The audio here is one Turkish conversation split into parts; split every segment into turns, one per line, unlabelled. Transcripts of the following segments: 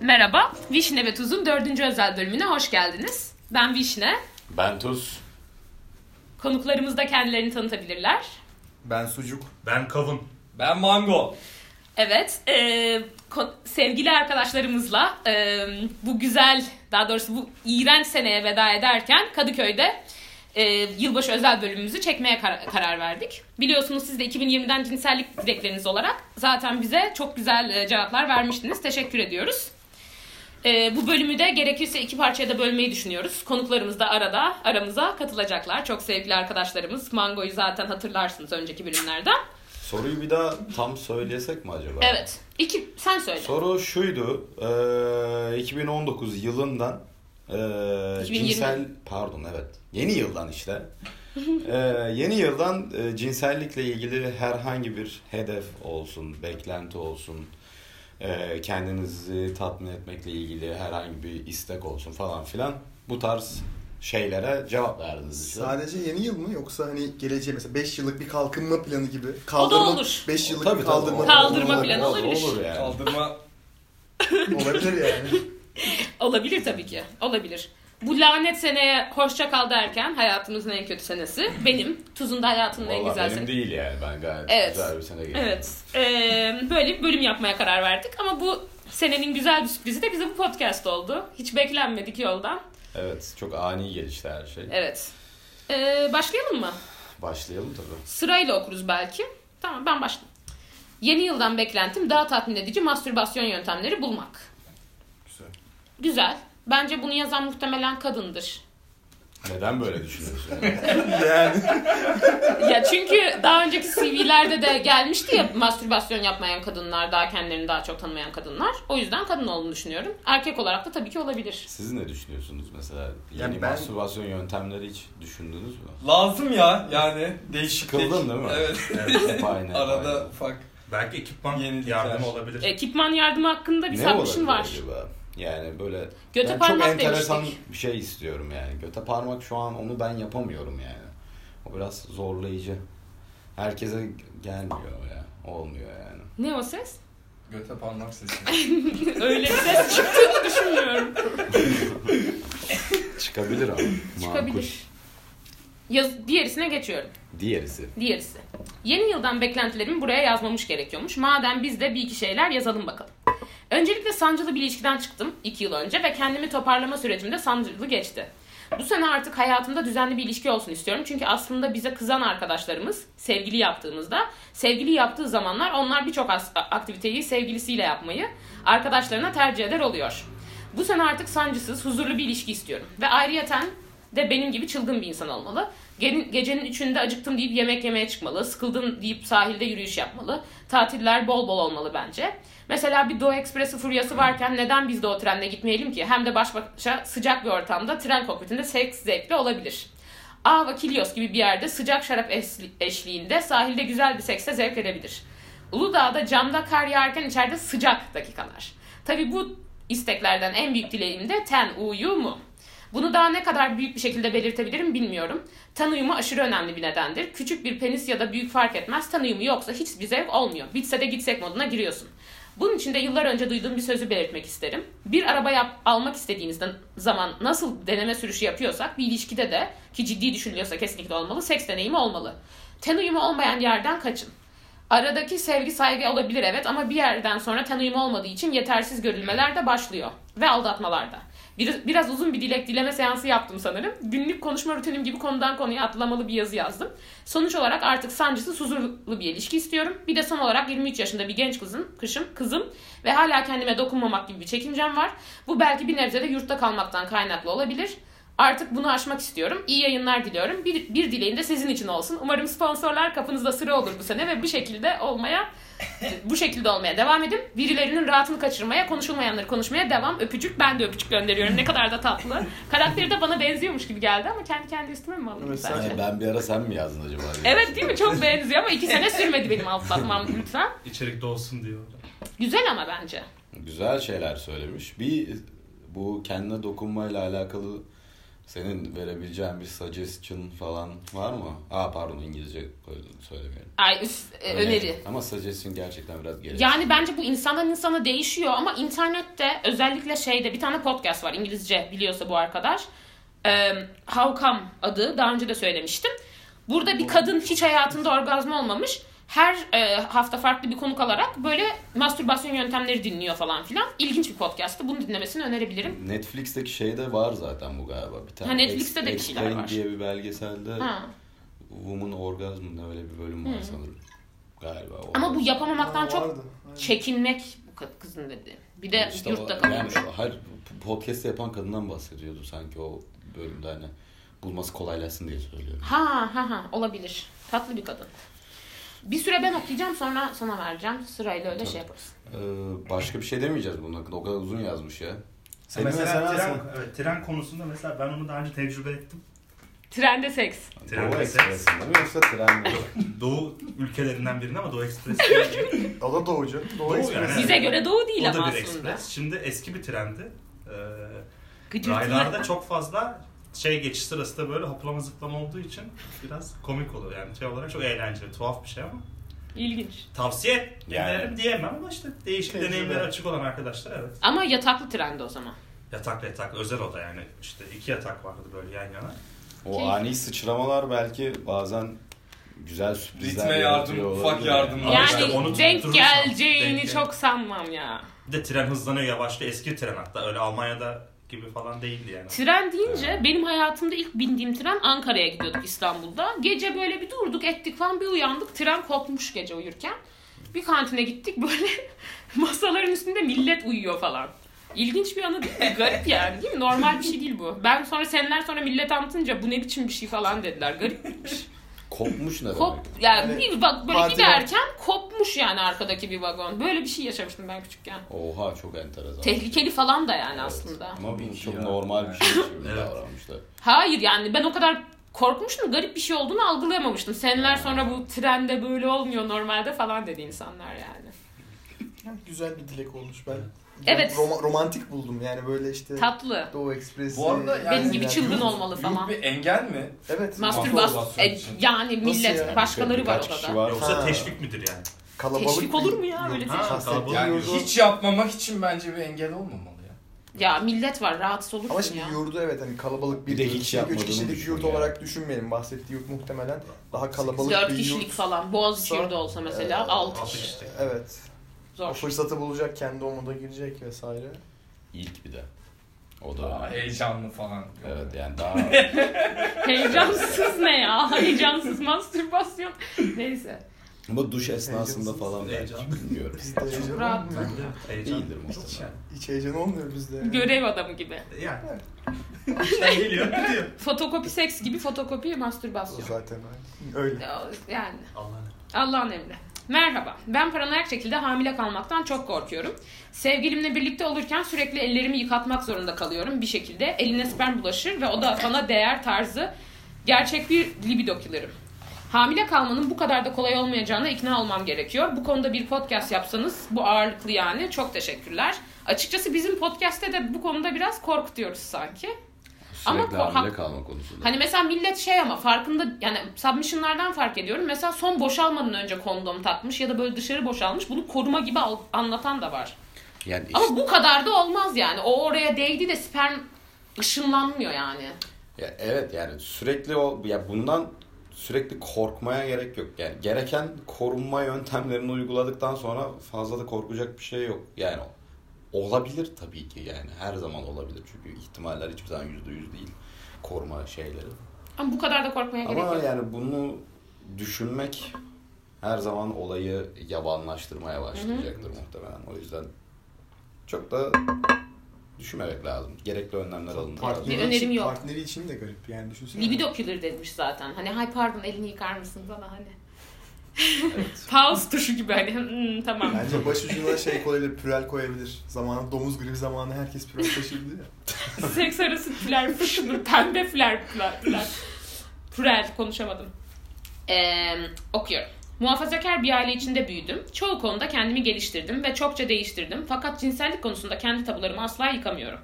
Merhaba, Vişne ve Tuz'un dördüncü özel bölümüne hoş geldiniz. Ben Vişne,
Ben Tuz.
konuklarımız da kendilerini tanıtabilirler.
Ben sucuk.
Ben kavun.
Ben mango.
Evet, e, ko- sevgili arkadaşlarımızla e, bu güzel, daha doğrusu bu iğrenç seneye veda ederken Kadıköy'de e, yılbaşı özel bölümümüzü çekmeye kar- karar verdik. Biliyorsunuz siz de 2020'den cinsellik dilekleriniz olarak zaten bize çok güzel e, cevaplar vermiştiniz. Teşekkür ediyoruz. E, bu bölümü de gerekirse iki parçaya da bölmeyi düşünüyoruz. Konuklarımız da arada aramıza katılacaklar. Çok sevgili arkadaşlarımız. Mango'yu zaten hatırlarsınız önceki bölümlerden.
Soruyu bir daha tam söylesek mi acaba?
Evet. İki, sen söyle.
Soru şuydu. eee, 2019 yılından eee
2020.
cinsel pardon evet. Yeni yıldan işte. Eee, yeni yıldan eee, cinsellikle ilgili herhangi bir hedef olsun, beklenti olsun, eee, kendinizi tatmin etmekle ilgili herhangi bir istek olsun falan filan bu tarz şeylere cevap verdiniz. işte.
Sadece yeni yıl mı yoksa hani geleceğe mesela 5 yıllık bir kalkınma planı gibi. Kaldırma,
olur.
5 yıllık
Tabii,
bir
tabii,
kaldırma,
olur,
Kaldırma
olur,
planı
olur,
olabilir.
Olur yani.
Kaldırma.
olabilir yani.
Olabilir tabii ki. Olabilir. Bu lanet seneye hoşça kal derken hayatımızın en kötü senesi. Benim. Tuzun da hayatının en
Valla
güzel
benim
senesi.
değil yani ben gayet
Evet.
güzel bir sene geçirdim.
Evet. Ee, böyle bir bölüm yapmaya karar verdik. Ama bu senenin güzel bir sürprizi de bize bu podcast oldu. Hiç beklenmedik yoldan.
Evet çok ani gelişti her şey.
Evet. Ee, başlayalım mı?
Başlayalım tabii.
Sırayla okuruz belki. Tamam ben başlayayım. Yeni yıldan beklentim daha tatmin edici mastürbasyon yöntemleri bulmak.
Güzel.
Güzel. Bence bunu yazan muhtemelen kadındır.
Neden böyle düşünüyorsun? Yani?
Yani
ya çünkü daha önceki CV'lerde de gelmişti ya mastürbasyon yapmayan kadınlar, daha kendilerini daha çok tanımayan kadınlar. O yüzden kadın olduğunu düşünüyorum. Erkek olarak da tabii ki olabilir.
Siz ne düşünüyorsunuz mesela? Yeni
Yani ben-
mastürbasyon yöntemleri hiç düşündünüz mü?
Lazım ya yani değişiklik.
Sıkıldın değil mi?
Evet.
Hep aynı, hep
Arada
aynı.
ufak.
Belki ekipman
Yenilikler.
yardımı olabilir.
Ekipman yardımı hakkında bir
olabilir
sarkmışın var.
acaba? Yani böyle
Göte
ben çok
parmak
enteresan
demiştik.
bir şey istiyorum yani. Göte parmak şu an onu ben yapamıyorum yani. O biraz zorlayıcı. Herkese gelmiyor ya. Olmuyor yani.
Ne o ses?
Göte parmak sesi.
Öyle bir ses çıktığını düşünmüyorum.
Çıkabilir ama. Makul.
Çıkabilir. Yaz, diğerisine geçiyorum.
Diğerisi.
Diğerisi. Yeni yıldan beklentilerimi buraya yazmamış gerekiyormuş. Madem biz de bir iki şeyler yazalım bakalım. Öncelikle sancılı bir ilişkiden çıktım 2 yıl önce ve kendimi toparlama sürecimde sancılı geçti. Bu sene artık hayatımda düzenli bir ilişki olsun istiyorum. Çünkü aslında bize kızan arkadaşlarımız sevgili yaptığımızda, sevgili yaptığı zamanlar onlar birçok as- aktiviteyi sevgilisiyle yapmayı arkadaşlarına tercih eder oluyor. Bu sene artık sancısız, huzurlu bir ilişki istiyorum. Ve ayrıyeten de benim gibi çılgın bir insan olmalı. Ge- Gecenin üçünde acıktım deyip yemek yemeye çıkmalı. Sıkıldım deyip sahilde yürüyüş yapmalı. Tatiller bol bol olmalı bence. Mesela bir Doğu Ekspresi furyası varken neden biz de o trenle gitmeyelim ki? Hem de baş başa sıcak bir ortamda tren kokpitinde seks zevkli olabilir. Ava Kilios gibi bir yerde sıcak şarap es- eşliğinde sahilde güzel bir sekse zevk edebilir. Uludağ'da camda kar yağarken içeride sıcak dakikalar. Tabi bu isteklerden en büyük dileğim de ten uyu mu? Bunu daha ne kadar büyük bir şekilde belirtebilirim bilmiyorum. Ten uyumu aşırı önemli bir nedendir. Küçük bir penis ya da büyük fark etmez. Ten uyumu yoksa hiçbir zevk olmuyor. Bitse de gitsek moduna giriyorsun. Bunun için de yıllar önce duyduğum bir sözü belirtmek isterim. Bir araba yap, almak istediğiniz zaman nasıl deneme sürüşü yapıyorsak bir ilişkide de ki ciddi düşünülüyorsa kesinlikle olmalı seks deneyimi olmalı. Ten uyumu olmayan yerden kaçın. Aradaki sevgi saygı olabilir evet ama bir yerden sonra ten uyumu olmadığı için yetersiz görülmeler de başlıyor ve aldatmalar da. Biraz, biraz uzun bir dilek dileme seansı yaptım sanırım. Günlük konuşma rutinim gibi konudan konuya atlamalı bir yazı yazdım. Sonuç olarak artık sancısız huzurlu bir ilişki istiyorum. Bir de son olarak 23 yaşında bir genç kızım, kışım, kızım ve hala kendime dokunmamak gibi bir çekincem var. Bu belki bir nebze de yurtta kalmaktan kaynaklı olabilir. Artık bunu aşmak istiyorum. İyi yayınlar diliyorum. Bir, bir dileğim de sizin için olsun. Umarım sponsorlar kapınızda sıra olur bu sene ve bu şekilde olmaya bu şekilde olmaya devam edin. Birilerinin rahatını kaçırmaya, konuşulmayanları konuşmaya devam. Öpücük ben de öpücük gönderiyorum. Ne kadar da tatlı. Karakteri de bana benziyormuş gibi geldi ama kendi kendi üstüme mi alındı?
Mesela-
sence?
Yani ben bir ara sen mi yazdın acaba?
Evet değil mi? Çok benziyor ama iki sene sürmedi benim altlatmam lütfen.
İçerikte olsun diyor.
Güzel ama bence.
Güzel şeyler söylemiş. Bir bu kendine dokunmayla alakalı Senin verebileceğin bir suggestion falan var mı? Aa pardon İngilizce koydum, söylemiyorum.
Ay üf, e, öneri.
Ama suggestion gerçekten biraz gereksiz.
Yani bence bu insandan insana değişiyor ama internette özellikle şeyde bir tane podcast var İngilizce biliyorsa bu arkadaş. Ee, How Come adı daha önce de söylemiştim. Burada bir kadın hiç hayatında orgazm olmamış. Her e, hafta farklı bir konuk alarak böyle mastürbasyon yöntemleri dinliyor falan filan. İlginç bir podcast'tı. Bunu dinlemesini önerebilirim.
Netflix'teki şeyde var zaten bu galiba. Bir tane
Ha, Netflix'te de bir
Ex-
şeyler
Explained
var.
diye bir belgeselde
Ha. Hmm.
Woman Orgasm'da öyle bir bölüm var sanırım. Galiba.
Ama bu
orgasm.
yapamamaktan
Aa,
çok
vardı. Aynen.
çekinmek bu kız- kızın dedi. Bir de
İşte
yurtta
o-
kalıyormuş.
Yani, hayır, podcast yapan kadından bahsediyordu sanki o bölümde hani bulması kolaylaşsın diye söylüyorum.
Ha ha ha olabilir. Tatlı bir kadın. Bir süre ben okuyacağım sonra sana vereceğim. Sırayla öyle
Tabii.
şey yaparız.
Ee, başka bir şey demeyeceğiz bunun hakkında. O kadar uzun yazmış ya. Senin
mesela,
mesela
tren,
sen-
evet, tren konusunda mesela ben onu daha önce tecrübe ettim.
Trende seks.
Tren
Doğu
ve seks.
Ekspresi'nde mi yoksa tren mi?
Doğu ülkelerinden birinde ama Doğu Ekspres.
Ala Doğucu. Doğu
Doğu
Ekspresi.
yani.
Bize göre doğu
o
değil ama
da bir
aslında.
ekspres. Şimdi eski bir trendi. Ee, Raylarda
Gıcırtılı.
çok fazla şey geçiş sırası da böyle hoplama zıplama olduğu için biraz komik oluyor yani şey olarak çok eğlenceli tuhaf bir şey ama
İlginç.
tavsiye
Yani.
ederim diyemem ama işte değişik
Tecrübe.
deneyimleri açık olan arkadaşlar evet.
Ama yataklı trende o zaman.
Yatak yatak özel oda yani işte iki yatak vardı böyle yan yana.
O
Keyif.
ani sıçramalar belki bazen güzel sürprizler
Ritme yardım,
yaratıyor
ufak
olabilir.
yardım. Ama
yani
işte onu
denk
tutturursam-
geleceğini
denk gel-
çok sanmam ya.
Bir de tren hızlanıyor yavaşlıyor eski tren hatta öyle Almanya'da gibi falan değildi yani.
Tren deyince benim hayatımda ilk bindiğim tren Ankara'ya gidiyorduk İstanbul'da. Gece böyle bir durduk ettik falan bir uyandık. Tren kopmuş gece uyurken. Bir kantine gittik böyle masaların üstünde millet uyuyor falan. İlginç bir anı değil mi? Garip yani değil mi? Normal bir şey değil bu. Ben sonra seneler sonra millet anlatınca bu ne biçim bir şey falan dediler. Garipmiş.
Kopmuş ne demek?
Kop yani
Yani
bir bak böyle
parti
giderken kopmuş yani arkadaki bir vagon. Böyle bir şey yaşamıştım ben küçükken.
Oha çok enteresan.
Tehlikeli falan da yani
Evet.
aslında.
Ama bu çok
Ya.
normal bir şey gibi
Evet.
davranmışlar.
Hayır yani ben o kadar korkmuştum garip bir şey olduğunu algılayamamıştım. Seneler sonra bu trende böyle olmuyor normalde falan dedi insanlar yani.
Güzel bir dilek olmuş ben.
Evet.
Roma- romantik buldum yani böyle işte
Tatlı.
Doğu Ekspresi.
Bu arada yani
Benim gibi
yani
çılgın
yurt-
olmalı
Büyük
falan.
bir engel mi?
Evet.
Mastürbasyon.
Mastürbasyon
E,
için.
yani millet
yani?
başkaları var
Birkaç kişi
orada.
var.
Yoksa
Ha.
teşvik midir yani?
Kalabalık
Teşvik olur
bir-
mu ya öyle şey?
Yok,
teşvik?
Ha, kalabalık.
yani
Yani
yurdu-
hiç yapmamak için bence bir engel olmamalı ya.
Ya millet var rahatsız olursun
ama şimdi
ya.
yurdu evet hani kalabalık bir,
Bir de hiç yapmadığını
üç kişilik
düşün
yurt
yani.
olarak düşünmeyelim. Bahsettiği yurt muhtemelen daha kalabalık bir
Dört
yurt.
kişilik falan. Boğaziçi
Sonra-
yurdu olsa mesela
Evet,
altı
Altı
kişi.
kişi.
Evet. O
Zor.
fırsatı bulacak, kendi omuda girecek vesaire.
İlk bir de. O da
Daha
önemli.
heyecanlı falan.
Evet yani daha
Heyecansız ne ya? Heyecansız mastürbasyon. Neyse.
ama duş esnasında
Heyecansız.
falan belki
Heyecan.
bilmiyorum.
Bizde heyecan
rahat.
olmuyor.
Heyecan.
İyidir
Hiç yani.
muhtemelen.
Hiç heyecan olmuyor bizde.
Görev adamı gibi.
Yani. İşten geliyor gidiyor.
Fotokopi seks gibi fotokopi
O
mastürbasyon.
zaten öyle.
Ya, Yani.
Allah'ım.
Allah'ın emri. Merhaba. Ben paranoyak şekilde hamile kalmaktan çok korkuyorum. Sevgilimle birlikte olurken sürekli ellerimi yıkatmak zorunda kalıyorum bir şekilde. Eline sperm bulaşır ve o da bana değer tarzı gerçek bir libido killer'ım. Hamile kalmanın bu kadar da kolay olmayacağına ikna olmam gerekiyor. Bu konuda bir podcast yapsanız bu ağırlıklı yani. Çok teşekkürler. Açıkçası bizim podcast'te de bu konuda biraz korkutuyoruz sanki. Ama
Sürekli
ko-
hamile kalma konusunda.
Hani mesela millet şey ama farkında yani submissionlardan fark ediyorum. Mesela son boşalmadan önce kondom takmış ya da böyle dışarı boşalmış. Bunu koruma gibi al- anlatan da var.
yani işte,
Ama bu kadar da olmaz yani. O oraya değdi de sperm ışınlanmıyor yani.
ya evet yani sürekli o ya bundan sürekli korkmaya gerek yok. Yani gereken korunma yöntemlerini uyguladıktan sonra fazla da korkacak bir şey yok. Yani olabilir tabii ki yani her zaman olabilir. Çünkü ihtimaller hiçbir zaman yüzde yüz değil koruma şeyleri.
Ama bu kadar da korkmaya gerek
Ama
yok.
yani bunu düşünmek her zaman olayı yabanlaştırmaya başlayacaktır muhtemelen. O yüzden çok da düşünmemek lazım. Gerekli önlemler alınmalı. lazım.
Bir
Partneri
önerim
için,
yok.
partneri için de garip yani düşünsene.
Libido killer demiş zaten. Hani hay pardon elini yıkar mısın bana hani.
Evet.
Pause tuşu gibi hani "Hmm, tamam.
Bence başucuna şey koyabilir, pürel koyabilir. Zamanı domuz gribi zamanı herkes pürel taşırdı ya.
Seks arası fler fışınır. Pembe fler fler fler. Fler konuşamadım. Ee, okuyorum. Muhafazakar bir aile içinde büyüdüm. Çoğu konuda kendimi geliştirdim ve çokça değiştirdim. Fakat cinsellik konusunda kendi tabularımı asla yıkamıyorum.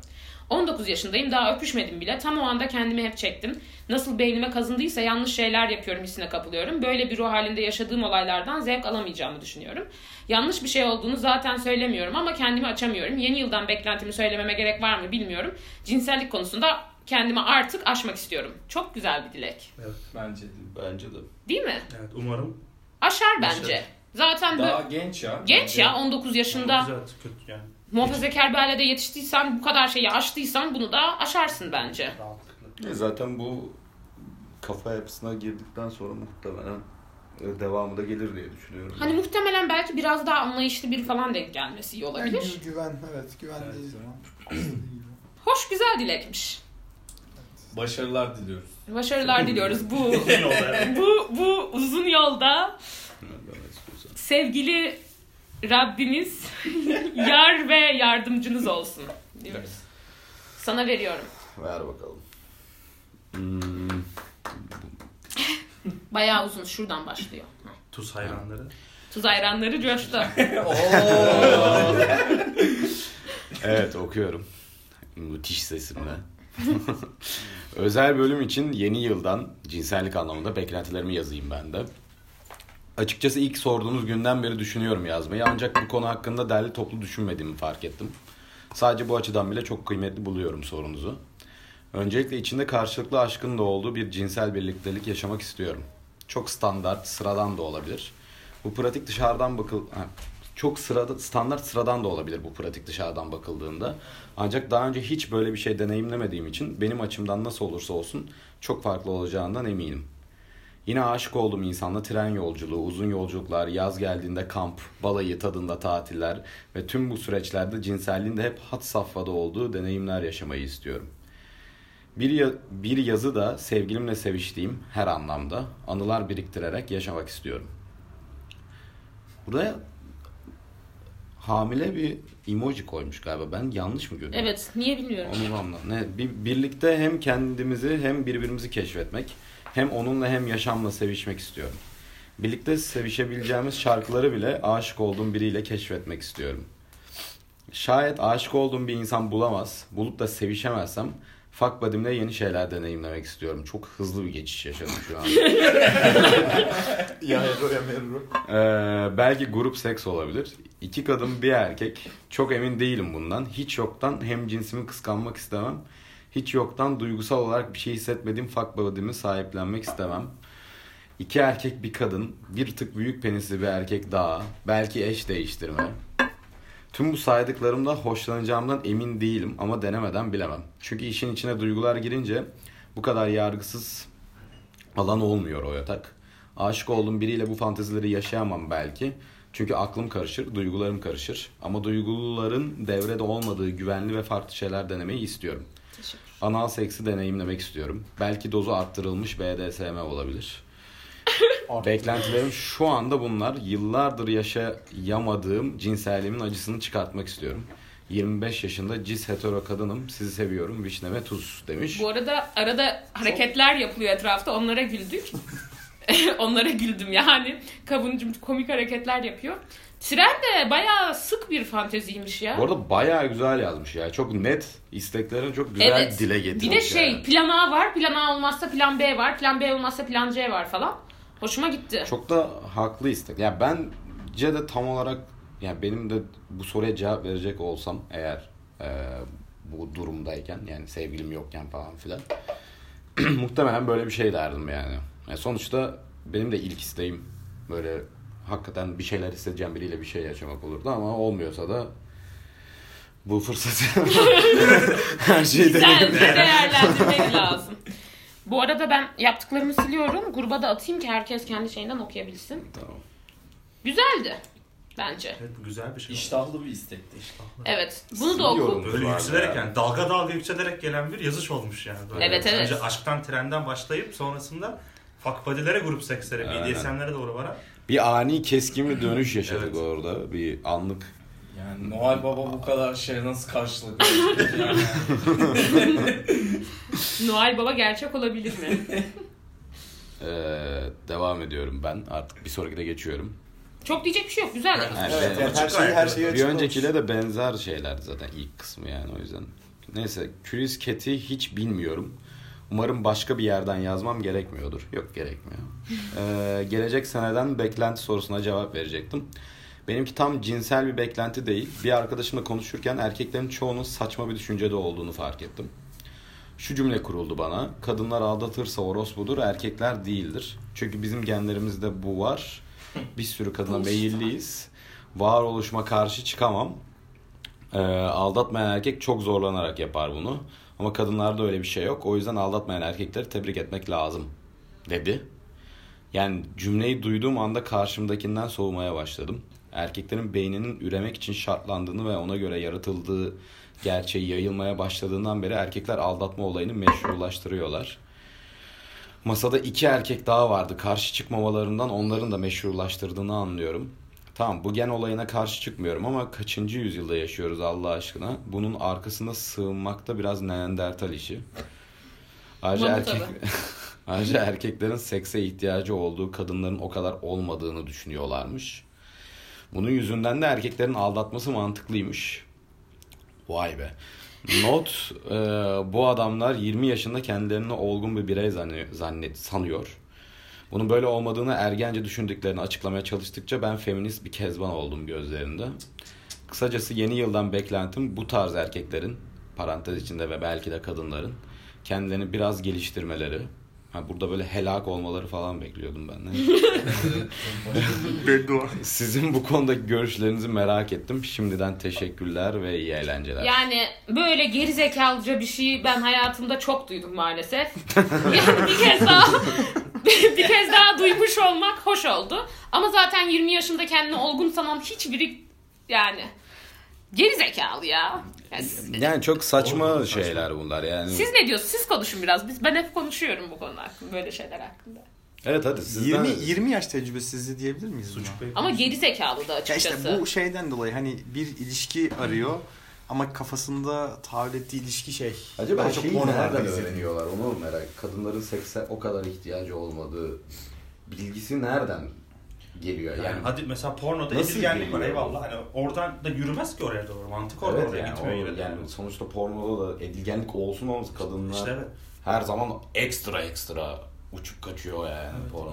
19 yaşındayım daha öpüşmedim bile. Tam o anda kendimi hep çektim. Nasıl beynime kazındıysa yanlış şeyler yapıyorum hissine kapılıyorum. Böyle bir ruh halinde yaşadığım olaylardan zevk alamayacağımı düşünüyorum. Yanlış bir şey olduğunu zaten söylemiyorum ama kendimi açamıyorum. Yeni yıldan beklentimi söylememe gerek var mı bilmiyorum. Cinsellik konusunda kendimi artık aşmak istiyorum. Çok güzel bir dilek.
Bence de.
Bence de.
Değil mi?
Evet umarım.
Aşar bence.
Aşar.
Zaten
Daha
böyle
genç ya.
genç
Bence.
ya 19 yaşında.
Güzel, kötü yani.
Muhafazakar bir ailede yetiştiysen, bu kadar şeyi aştıysan bunu da aşarsın bence.
Rahatlıkla.
E zaten bu kafa yapısına girdikten sonra muhtemelen e, devamı da gelir diye düşünüyorum.
Hani muhtemelen belki biraz daha anlayışlı bir falan denk gelmesi iyi
Yani
olabilir.
gü- güven, evet güvendeyiz.
Hoş güzel dilekmiş.
Başarılar diliyoruz.
Başarılar diliyoruz bu
Uzun yolda evet.
bu bu uzun yolda
Ne demek istiyorsan.
sevgili Rabbimiz yar ve yardımcınız olsun diyoruz. Sana veriyorum.
Ver bakalım. Hmm,
Bayağı uzun şuradan başlıyor.
Tuz hayranları.
Tuz ayranları coştu.
Oo.
Evet okuyorum. Müthiş sesimle. Özel bölüm için yeni yıldan cinsellik anlamında beklentilerimi yazayım ben de. Açıkçası ilk sorduğunuz günden beri düşünüyorum yazmayı ancak bu konu hakkında derli toplu düşünmediğimi fark ettim. Sadece bu açıdan bile çok kıymetli buluyorum sorunuzu. Öncelikle içinde karşılıklı aşkın da olduğu bir cinsel birliktelik yaşamak istiyorum. Çok standart, sıradan da olabilir. Bu pratik dışarıdan bakıl... ha, Çok sırada, standart sıradan da olabilir bu pratik dışarıdan bakıldığında. Ancak daha önce hiç böyle bir şey deneyimlemediğim için benim açımdan nasıl olursa olsun çok farklı olacağından eminim. Yine aşık olduğum insanla tren yolculuğu, uzun yolculuklar, yaz geldiğinde kamp, balayı tadında tatiller ve tüm bu süreçlerde cinselliğin de hep hat safhada olduğu deneyimler yaşamayı istiyorum. Bir, ya- bir yazı da sevgilimle seviştiğim her anlamda anılar biriktirerek yaşamak istiyorum. Buraya hamile bir emoji koymuş galiba. Ben yanlış mı görüyorum?
Evet, niye bilmiyorum.
Onu anla. Ne, bir, birlikte hem kendimizi hem birbirimizi keşfetmek, hem onunla hem yaşamla sevişmek istiyorum. Birlikte sevişebileceğimiz şarkıları bile aşık olduğum biriyle keşfetmek istiyorum. Şayet aşık olduğum bir insan bulamaz, bulup da sevişemezsem fuck buddy'mle yeni şeyler deneyimlemek istiyorum. Çok hızlı bir geçiş yaşadım şu an.
ya Ebru ya Merru.
Ee, belki grup seks olabilir. İki kadın bir erkek. Çok emin değilim bundan. Hiç yoktan hem cinsimi kıskanmak istemem. Hiç yoktan duygusal olarak bir şey hissetmediğim fuck buddy'mi sahiplenmek istemem. İki erkek bir kadın. Bir tık büyük penisli bir erkek daha. Belki eş değiştirme. Tüm bu saydıklarımda hoşlanacağımdan emin değilim ama denemeden bilemem. Çünkü işin içine duygular girince bu kadar yargısız alan olmuyor o yatak. Aşık olduğum biriyle bu fantezileri yaşayamam belki. Çünkü aklım karışır, duygularım karışır. Ama duyguların devrede olmadığı güvenli ve farklı şeyler denemeyi istiyorum. Anal seksi deneyimlemek istiyorum. Belki dozu arttırılmış BDSM olabilir. Beklentilerim şu anda bunlar. Yıllardır yaşayamadığım cinselliğimin acısını çıkartmak istiyorum. 25 yaşında cis hetero kadınım. Sizi seviyorum. Vişneme tuz demiş.
Bu arada arada hareketler yapılıyor etrafta. Onlara güldük. Onlara güldüm yani. Kavuncum komik hareketler yapıyor. Tren de bayağı sık bir fanteziymiş ya.
Bu arada bayağı güzel yazmış ya. Çok net isteklerini çok güzel
Evet.
dile getirmiş.
Bir de şey
yani.
plan A var, plan A olmazsa plan B var, plan B olmazsa plan C var falan. Hoşuma gitti.
Çok da haklı istek. Ya bence de tam olarak yani benim de bu soruya cevap verecek olsam eğer e, bu durumdayken yani sevgilim yokken falan filan muhtemelen böyle bir şey derdim yani. Yani sonuçta benim de ilk isteğim böyle hakikaten bir şeyler hissedeceğim biriyle bir şey yaşamak olurdu ama olmuyorsa da bu fırsatı her şeyi
Güzel
denedim.
bir değerlendirmek lazım. Bu arada ben yaptıklarımı siliyorum. Gruba da atayım ki herkes kendi şeyinden okuyabilsin.
Tamam.
Güzeldi bence.
Evet bu güzel bir şey.
İştahlı bir istekti.
Evet. Bunu da oku.
Siliyorum.
Böyle
Var
yükselerek
ya.
yani dalga dalga yükselerek gelen bir yazış olmuş yani. Böyle
Evet, evet.
Önce aşktan trenden başlayıp sonrasında fakpadilere grup sekslere,
Aynen.
BDSM'lere doğru varan.
Bir ani keskin bir dönüş yaşadık
Evet.
orada. Bir anlık
Yani Noel Baba bu kadar şeye nasıl karşılık verecek yani?
Noel Baba gerçek olabilir mi?
Ee, devam ediyorum ben. Artık bir sonrakine geçiyorum.
Çok diyecek bir şey yok. Güzel.
Evet,
Evet,
evet.
Şey
yani her şeyi her şeyi
Bir
açıklamış.
öncekiyle de benzer şeylerdi zaten ilk kısmı yani o yüzden Neyse Chris Cat'i hiç bilmiyorum. Umarım başka bir yerden yazmam gerekmiyordur. Yok gerekmiyor. Ee, gelecek seneden beklenti sorusuna cevap verecektim. Benimki tam cinsel bir beklenti değil. Bir arkadaşımla konuşurken erkeklerin çoğunun saçma bir düşüncede olduğunu fark ettim. Şu cümle kuruldu bana. Kadınlar aldatırsa orospudur, erkekler değildir. Çünkü bizim genlerimizde bu var. Bir sürü kadına meyilliyiz. Varoluşuma karşı çıkamam. Ee, aldatmayan erkek çok zorlanarak yapar bunu. Ama kadınlarda öyle bir şey yok. O yüzden aldatmayan erkekleri tebrik etmek lazım dedi. Yani cümleyi duyduğum anda karşımdakinden soğumaya başladım. Erkeklerin beyninin üremek için şartlandığını ve ona göre yaratıldığı gerçeği yayılmaya başladığından beri erkekler aldatma olayını meşrulaştırıyorlar. Masada iki erkek daha vardı. Karşı çıkmamalarından onların da meşrulaştırdığını anlıyorum. Tamam bu gen olayına karşı çıkmıyorum ama kaçıncı yüzyılda yaşıyoruz Allah aşkına? Bunun arkasında sığınmakta biraz neandertal işi. Ayrıca
Mamut
erkek...
abi.
Ayrıca erkeklerin sekse ihtiyacı olduğu kadınların o kadar olmadığını düşünüyorlarmış. Bunun yüzünden de erkeklerin aldatması mantıklıymış. Vay be. Not e, bu adamlar 20 yaşında kendilerini olgun bir birey zanne- zannet sanıyor. Bunun böyle olmadığını ergence düşündüklerini açıklamaya çalıştıkça ben feminist bir kezban oldum gözlerinde. Kısacası yeni yıldan beklentim bu tarz erkeklerin parantez içinde ve belki de kadınların kendilerini biraz geliştirmeleri. Ha, burada böyle helak olmaları falan bekliyordum ben. de.
Beddua.
Sizin bu konudaki görüşlerinizi merak ettim. Şimdiden teşekkürler ve iyi eğlenceler.
Yani böyle gerizekalıca bir şey ben hayatımda çok duydum maalesef. yani bir kez daha bir kez daha duymuş olmak hoş oldu. Ama zaten 20 yaşında kendini olgun sanan hiçbiri yani gerizekalı ya. Yani siz,
Yani çok saçma
Oğlum, saçma.
şeyler bunlar yani.
siz ne diyorsunuz? Siz konuşun biraz. Biz ben hep konuşuyorum bu konu hakkında böyle şeyler hakkında.
Evet hadi sizden.
20, 20 yaş tecrübesizliği diyebilir miyiz? buna?
Suçuk Bey.
Ama gerizekalı da
Ya
açıkçası.
işte bu şeyden dolayı hani bir ilişki arıyor ama kafasında tahayyül ettiği ilişki şey. daha çok pornolarda izlediğim.
onu merak. Kadınların sekse o kadar ihtiyacı olmadığı bilgisi nereden geliyor?
Yani hadi mesela pornoda
Nasıl
edilgenlik var
geliyor?
eyvallah. Hani oradan da yürümez ki oraya doğru. Mantık orada oraya gitmiyor yine de.
sonuçta pornoda da edilgenlik olsun olmaz kadınlar
İşte evet.
her zaman ekstra ekstra uçup kaçıyor yani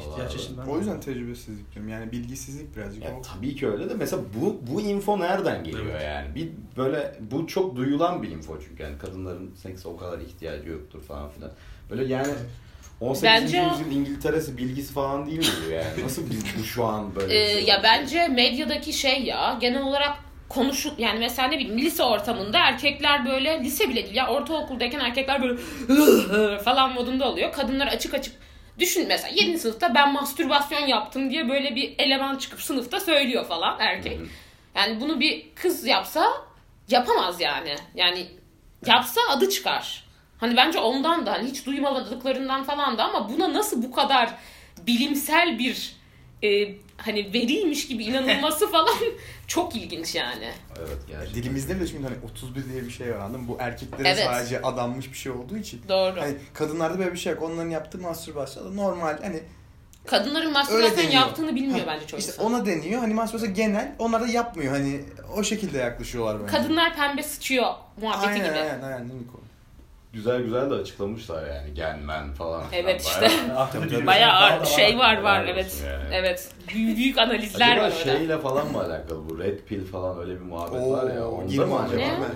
İhtiyaç için ben-
O yüzden tecrübesizlik diyorum. Yani bilgisizlik birazcık.
Ya
o.
tabii ki öyle de mesela bu bu info nereden geliyor
Evet.
yani? Bir böyle bu çok duyulan bir info çünkü yani kadınların sekse o kadar ihtiyacı yoktur falan filan. Böyle yani 18.
Bence o-
yüzyıl İngiltere'si bilgisi falan değil mi bu yani? Nasıl biz bu şu an böyle?
Ee,
bir şey
ya
yapıyoruz?
bence medyadaki şey ya genel olarak konuşu yani mesela ne bileyim lise ortamında erkekler böyle lise bile değil ya ortaokuldayken erkekler böyle falan modunda oluyor. Kadınlar açık açık düşün mesela 7. sınıfta ben mastürbasyon yaptım diye böyle bir eleman çıkıp sınıfta söylüyor falan erkek. Yani bunu bir kız yapsa yapamaz yani. Yani yapsa adı çıkar. Hani bence ondan da hani hiç duymadıklarından falan da ama buna nasıl bu kadar bilimsel bir e, hani verilmiş gibi inanılması falan çok ilginç yani.
Evet gerçekten.
Dilimizde de çünkü hani 31 diye bir şey var anladın mı? Bu erkeklere
Evet.
sadece adanmış bir şey olduğu için.
Doğru.
Hani kadınlarda böyle bir şey yok. Onların yaptığı mastürbasyon da normal. Hani
Kadınların
Öyle
mastürbasyon
deniyor.
yaptığını bilmiyor
Ha,
bence çok
işte
insan.
ona deniyor. Hani mastürbasyon genel. Onlar da yapmıyor. Hani o şekilde yaklaşıyorlar bence.
Kadınlar pembe sıçıyor muhabbeti
aynen,
gibi.
Aynen aynen Niko.
Güzel güzel de açıklamışlar yani genmen falan. filan.
Evet
Bayağı-
işte.
Arkada bir-
Bayağı
Daha da
şey var var
Bayağı
evet.
yani.
Evet. Büyük, büyük analizler
Acaba şey
var orada.
şeyle falan mı alakalı bu red pill falan öyle bir muhabbet
Oo,
var ya onda
girme
mı
ona.
acaba?
Ne?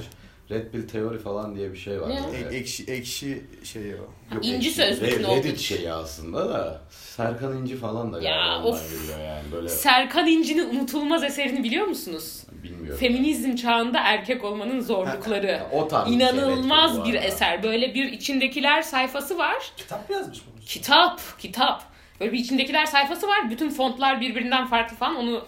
Red pill teori falan diye bir şey var.
Ne?
Evet.
E- ekşi ekşi şey o.
Yok,
İnci
ekşi-
sözlüğün
Re-
olduğu
Reddit
için.
şeyi aslında da Serkan İnci falan da
Ya,
ya,
of.
geliyor yani böyle
Serkan İnci'nin unutulmaz eserini biliyor musunuz?
bilmiyorum.
Feminizm çağında erkek olmanın zorlukları.
Ya, o tarz
İnanılmaz
şey,
bir
Red Pill bu arada.
eser. Böyle bir içindekiler sayfası var.
Kitap yazmış bunu.
Kitap, kitap. Böyle bir içindekiler sayfası var. Bütün fontlar birbirinden farklı falan. Onu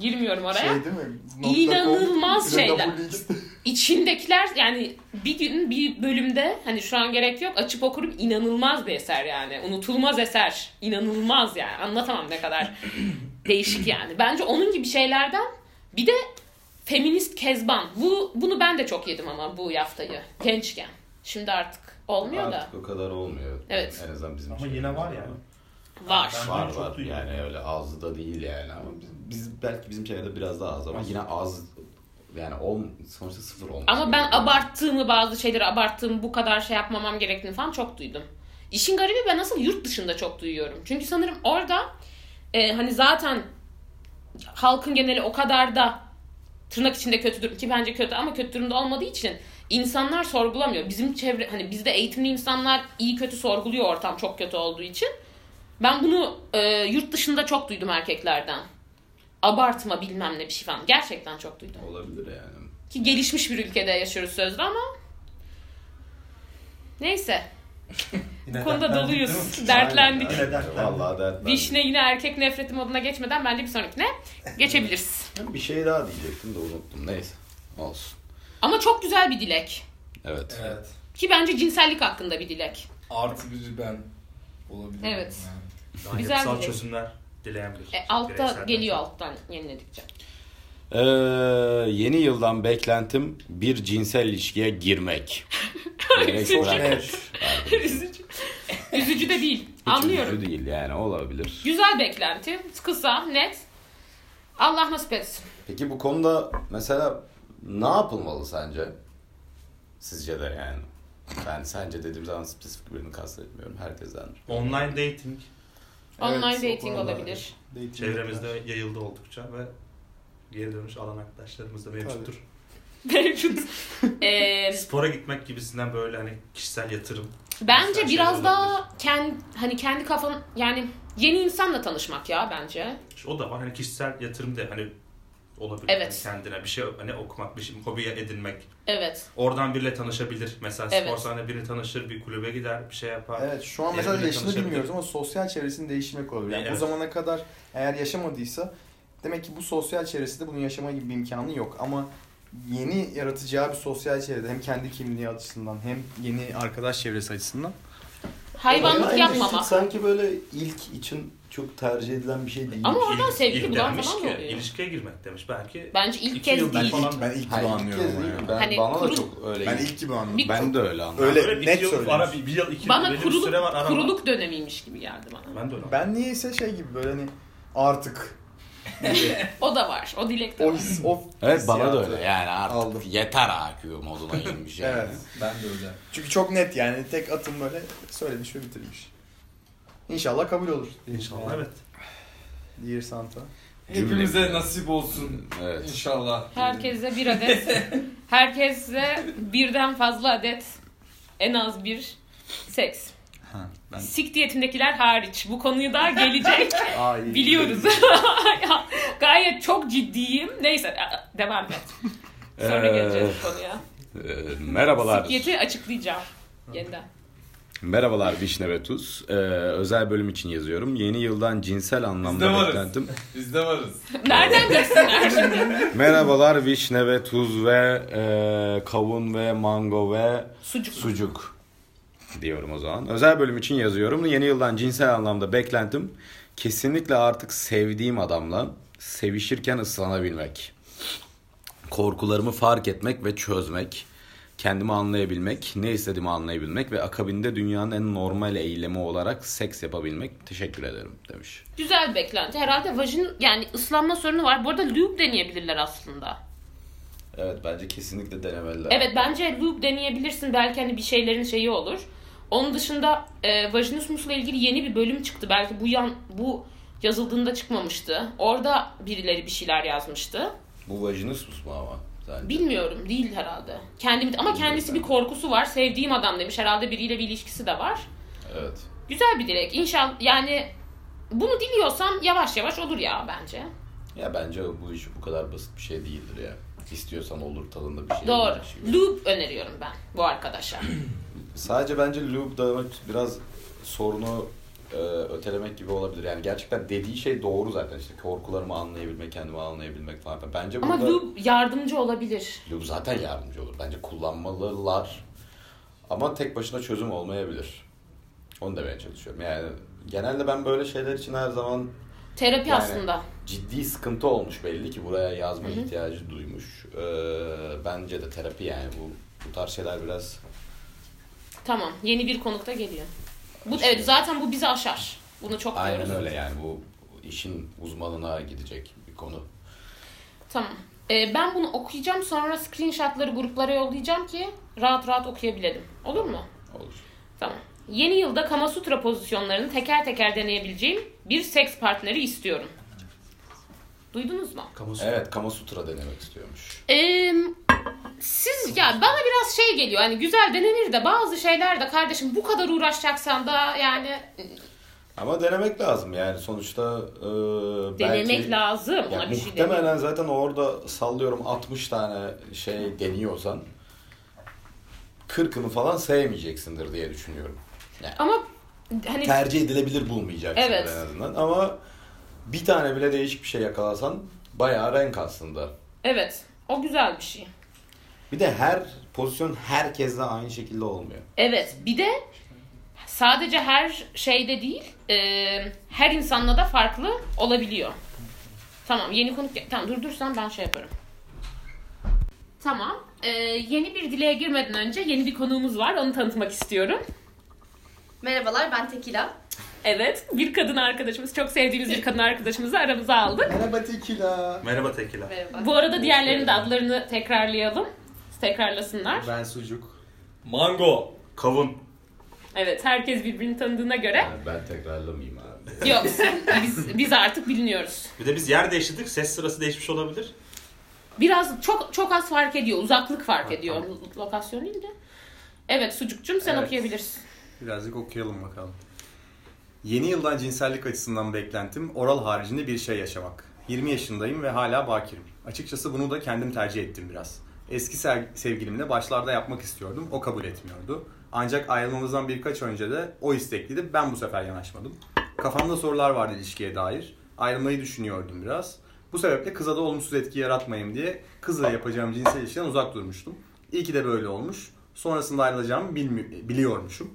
girmiyorum oraya.
Şey değil mi?
İnanılmaz
Nokta
şeyler.
WX.
İçindekiler yani bir gün bir bölümde hani şu an gerek yok açıp okurum inanılmaz bir eser yani. Unutulmaz eser. İnanılmaz yani. Anlatamam ne kadar değişik yani. Bence onun gibi şeylerden bir de feminist kezban. Bu bunu ben de çok yedim ama bu yaftayı gençken. Şimdi artık olmuyor da
Artık o kadar olmuyor.
Evet.
En azından bizim
Ama
şey-
yine var yani.
var.
Ben-
Var
çok
var
duyuyorum.
yani öyle azdı da değil yani ama biz, biz belki bizim şeyde biraz daha az ama yine az yani on, sonuçta sıfır olmuş.
Ama ben abarttığımı bazı şeyleri abarttığımı bu kadar şey yapmamam gerektiğini falan çok duydum. İşin garibi ben nasıl yurt dışında çok duyuyorum. Çünkü sanırım orada e, hani zaten halkın geneli o kadar da tırnak içinde kötü durum ki bence kötü ama kötü durumda olmadığı için insanlar sorgulamıyor. Bizim çevre hani bizde eğitimli insanlar iyi kötü sorguluyor ortam çok kötü olduğu için. Ben bunu e, yurt dışında çok duydum erkeklerden. Abartma bilmem ne bir şey falan. Gerçekten çok duydum.
Olabilir yani.
Ki gelişmiş bir ülkede yaşıyoruz sözde ama neyse. Bu konuda doluyuz. Dertlendik.
Aynen, dertlendik.
Vallahi dertlendik.
Vişne yine erkek nefreti moduna geçmeden bence bir sonrakine geçebiliriz.
Bir şey daha diyecektim de unuttum. Neyse. Olsun.
Ama çok güzel bir dilek.
Evet.
Evet.
Ki bence cinsellik hakkında bir dilek.
Artı bir ben olabilir.
Evet.
Daha
Güzel
yapısal
bir şey.
çözümler dileyen bir.
E, altta
bireyselden.
geliyor alttan yeniledikçe.
Ee, yeni yıldan beklentim bir cinsel ilişkiye girmek. Gerek
Üzücü.
bırakmış.
Üzücü. Üzücü de değil.
Hiç
Anlıyorum.
üzücü değil yani olabilir.
Güzel beklenti. Kısa, net. Allah nasip etsin.
Peki bu konuda mesela ne yapılmalı sence? Sizce de yani. Ben sence dediğim zaman spesifik birini kastetmiyorum. Herkesten.
Online dating
Online
Evet, o
dating
konuda
olabilir.
dating
çevremizde yayıldı oldukça ve geri dönüş alan arkadaşlarımız da mevcuttur.
Mevcut. Ee,
Spora gitmek gibisinden böyle hani kişisel yatırım.
Bence
Sen
biraz
şey
daha kendi hani kendi kafan yani yeni insanla tanışmak ya bence.
İşte o da var hani kişisel yatırım da hani olabilir
Evet.
Hani kendine bir şey hani okumak bir şey hobi edinmek
Evet.
oradan biriyle tanışabilir mesela
Evet.
spor sahne biri tanışır bir kulübe gider bir şey yapar
Evet şu an
Birbiriyle
mesela yaşını
tanışabilir.
bilmiyoruz ama sosyal çevresini değiştirmek olabilir. Yani
Evet.
Bu zamana kadar eğer yaşamadıysa demek ki bu sosyal çevresinde bunun yaşama gibi bir imkanı yok. Ama yeni yaratacağı bir sosyal çevrede hem kendi kimliği açısından hem yeni arkadaş çevresi açısından.
Hayvanlık
Online dating
yapmamak.
Sanki böyle ilk için çok tercih edilen bir şey değil.
Ama oradan sevgili
ilk
bulan
denmiş
falan
ki,
da oluyor.
ilişkiye girmek demiş belki.
Bence ilk
İki
kez
yıldan
değil.
falan-
Ben ilk gibi
Hayır, ilk
anlıyorum
kez
onu
değil.
ya.
Ben,
Hani
bana
kuru-
da çok öyle.
Ben ilk gibi anlıyorum.
Bir-
ben de öyle anladım.
Öyle.
Böyle bir
net
yıl
söylemiş.
ara, bir, bir yıl iki yıl
Bana
böyle şey bir süre var
kuruluk,
arama.
kuruluk dönemiymiş gibi geldi bana.
Ben de öyle.
Ben niyeyse şey gibi böyle hani artık
O da var. O dilek de
o
var.
his, o
Evet bana da
hissiyatı.
öyle yani artık
Aldım.
yeter AQ moduna girmiş yani.
Evet.
Ben de öyle.
Çünkü çok net yani tek atım böyle söylemiş ve bitirmiş. İnşallah kabul olur.
İnşallah evet.
Dear Santa.
Hepimize nasip olsun.
Evet.
İnşallah.
Herkese bir adet. herkese birden fazla adet. En az bir seks.
ben-
Sik diyetindekiler hariç. Bu konuyu daha gelecek.
Ay.
Biliyoruz. Ya, Gayet çok ciddiyim. Neyse a- devam et. Sonra
Ee,
geleceğiz bu konuya.
Ee, merhabalar.
Sikiyeti açıklayacağım. Yeniden.
Merhabalar Vişne ve Tuz. Ee, özel bölüm için yazıyorum. Yeni yıldan cinsel
de
anlamda
varız.
beklentim.
Biz de varız.
Nereden görsünler şimdi?
Merhabalar Vişne ve Tuz ve e, kavun ve mango ve
Sucuk.
sucuk diyorum o zaman. Özel bölüm için yazıyorum. Yeni yıldan cinsel anlamda beklentim kesinlikle artık sevdiğim adamla sevişirken ıslanabilmek. Korkularımı fark etmek ve çözmek. Kendimi anlayabilmek, ne istediğimi anlayabilmek ve akabinde dünyanın en normal eylemi olarak seks yapabilmek. Teşekkür ederim demiş.
Güzel beklenti. Herhalde vajin yani ıslanma sorunu var. Bu arada lube deneyebilirler aslında.
Evet bence kesinlikle denemeliler.
Evet bence lube deneyebilirsin. Belki hani bir şeylerin şeyi olur. Onun dışında e, vajinus musla ilgili yeni bir bölüm çıktı. Belki bu yan bu yazıldığında çıkmamıştı. Orada birileri bir şeyler yazmıştı.
Bu vajinus mu ama? Sence?
Bilmiyorum değil herhalde. Kendimi ama kendisi bir korkusu var. Sevdiğim adam demiş. Herhalde biriyle bir ilişkisi de var.
Evet.
Güzel bir dilek. İnşallah yani bunu diliyorsam yavaş yavaş olur ya bence.
Ya bence bu iş bu kadar basit bir şey değildir ya. İstiyorsan olur tadında bir şey.
Doğru.
Şey.
Loop öneriyorum ben bu arkadaşa.
Sadece bence loop dağılmak biraz sorunu e, ötelemek gibi olabilir. Yani gerçekten dediği şey doğru zaten. İşte korkularımı anlayabilmek, kendimi anlayabilmek falan. filan. Bence burada
Ama loop yardımcı olabilir.
loop zaten yardımcı olur. Bence kullanmalılar. Ama tek başına çözüm olmayabilir. Onu demeye çalışıyorum. Yani genelde ben böyle şeyler için her zaman
Terapi
Yani-
aslında.
ciddi sıkıntı olmuş belli ki buraya yazma ihtiyacı duymuş. Ee, bence de terapi yani bu bu tarz şeyler biraz
Tamam. Yeni bir konukta geliyor. Bu evet zaten bu bizi aşar. Bunu çok
aynen
diyoruz.
öyle yani bu işin uzmanına gidecek bir konu.
Tamam. Ee, ben bunu okuyacağım sonra screenshotları gruplara yollayacağım ki rahat rahat okuyabilelim. Olur mu?
Olur.
Tamam. Yeni yılda Kama Sutra pozisyonlarını teker teker deneyebileceğim bir seks partneri istiyorum. Duydunuz mu?
Evet Kama Sutra denemek istiyormuş.
Ee, siz ya bana biraz şey geliyor hani güzel denenir de bazı şeyler de kardeşim bu kadar uğraşacaksan da yani
Ama denemek lazım yani sonuçta e, belki...
denemek lazım.
Ya
Ona bir şey
muhtemelen
demiyorum.
zaten orada sallıyorum 60 tane şey deniyorsan 40'ını falan sevmeyeceksindir diye düşünüyorum.
Ama hani
Tercih edilebilir bulmayacaksın
Evet.
en azından ama bir tane bile değişik bir şey yakalasan bayağı renk aslında.
evet o güzel bir şey.
Bir de her pozisyon herkesle aynı şekilde olmuyor.
Evet bir de sadece her şeyde değil e, her insanla da farklı olabiliyor. Tamam yeni konuk tamam dur dur sen ben şey yaparım. Tamam e, yeni bir dileğe girmeden önce yeni bir konuğumuz var onu tanıtmak istiyorum.
Merhabalar ben Tekila.
Evet bir kadın arkadaşımız çok sevdiğimiz bir kadın arkadaşımızı aramıza aldık.
Merhaba Tekila.
Merhaba Tekila.
Merhaba.
Bu arada diğerlerinin de adlarını tekrarlayalım. Tekrarlasınlar.
Ben Sucuk.
Mango.
Kavun.
Evet herkes birbirini tanıdığına göre.
Yani ben tekrarlamayayım abi.
Yok biz, biz artık biliniyoruz.
Bir de biz yer değiştirdik. Ses sırası değişmiş olabilir.
Biraz çok çok az fark ediyor. Uzaklık fark ediyor. Lokasyon değil de. Evet sucukcum sen
Evet.
okuyabilirsin.
Birazcık okuyalım bakalım. Yeni yıldan cinsellik açısından beklentim oral haricinde bir şey yaşamak. 20 yaşındayım ve hala bakirim. Açıkçası bunu da kendim tercih ettim biraz. Eski ser- sevgilimle başlarda yapmak istiyordum, o kabul etmiyordu. Ancak ayrılmamızdan birkaç önce de o istekliydi, ben bu sefer yanaşmadım. Kafamda sorular vardı ilişkiye dair. Ayrılmayı düşünüyordum biraz. Bu sebeple kıza da olumsuz etki yaratmayayım diye kızla yapacağım cinsel ilişkiden uzak durmuştum. İyi ki de böyle olmuş. Sonrasında ayrılacağımı bilmi- biliyormuşum.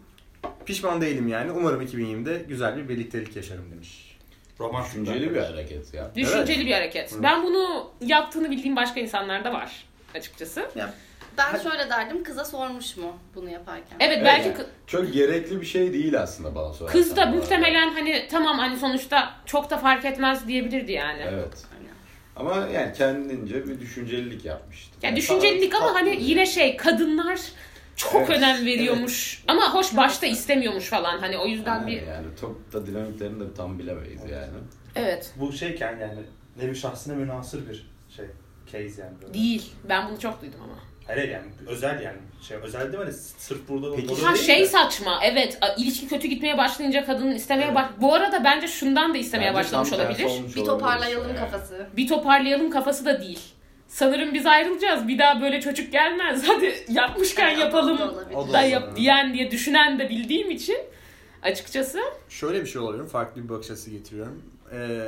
Pişman değilim yani. Umarım 2020'de güzel bir birliktelik yaşarım demiş.
Roman.
Düşünceli bir hareket ya.
Düşünceli bir hareket. Ben bunu yaptığını bildiğim başka insanlar da var açıkçası.
Ben şöyle derdim kıza sormuş mu bunu yaparken?
Evet,
Evet,
belki
yani.
kı-
Çok gerekli bir şey değil aslında bana sorarsan.
kız da
bu arada.
muhtemelen hani tamam hani sonuçta çok da fark etmez diyebilirdi yani.
Evet.
Aynen.
Ama yani kendince bir düşüncelilik yapmıştı.
Ya düşüncelilik ama hani yine şey kadınlar çok
Evet,
önem veriyormuş. Ama hoş başta istemiyormuş falan hani o yüzden
yani,
bir
yani çok da dinamiklerini de tam bilemeyiz yani.
evet
Bu şeyken yani nevi şahsına münasır bir şey. Case yani. Böyle.
değil. Ben bunu çok duydum ama.
Hayır yani özel yani. Şey, özel değil mi? Sırf burada
Peki-
burada
Ha
değil
şey
de.
saçma. Evet, a- ilişki kötü gitmeye başlayınca kadının istemeye bak. Bu arada bence şundan da istemeye
Bence
başlamış
tam tersi
olabilir.
olmuş
Bir
olabilir
toparlayalım
işte.
kafası.
Bir toparlayalım kafası da değil. Sanırım biz ayrılacağız. Bir daha böyle çocuk gelmez. Hadi yapmışken
Yani o da
yapalım
olabilir.
O da
da
olabilir.
yap diyen diye düşünen de bildiğim için açıkçası
Şöyle bir şey olabilir. Farklı bir bakış açısı getiriyorum. Ee,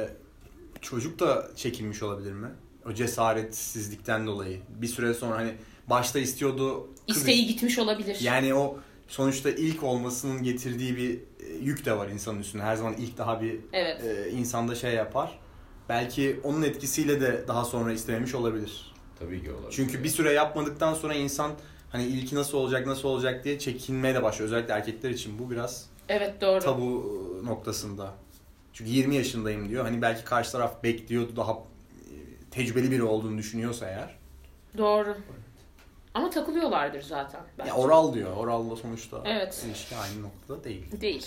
çocuk da çekinmiş olabilir mi? O cesaretsizlikten dolayı. Bir süre sonra hani başta istiyordu. kız-
isteği gitmiş olabilir.
Yani o sonuçta ilk olmasının getirdiği bir e, yük de var insanın üstüne. Her zaman ilk daha bir
Evet.
e, insanda şey yapar. Belki onun etkisiyle de daha sonra istememiş olabilir.
Tabii ki olabilir.
Çünkü bir süre yapmadıktan sonra insan hani ilki nasıl olacak nasıl olacak diye çekinmeye de başlıyor. Özellikle erkekler için bu biraz
Evet doğru.
tabu e, noktasında. Çünkü 20 yaşındayım diyor. Hani belki karşı taraf bekliyordu daha e, tecrübeli biri olduğunu düşünüyorsa eğer.
Doğru. Ama takılıyorlardır zaten. bence.
Ya oral diyor. Oralla sonuçta
Evet.
ilişki aynı noktada değil.
Değil.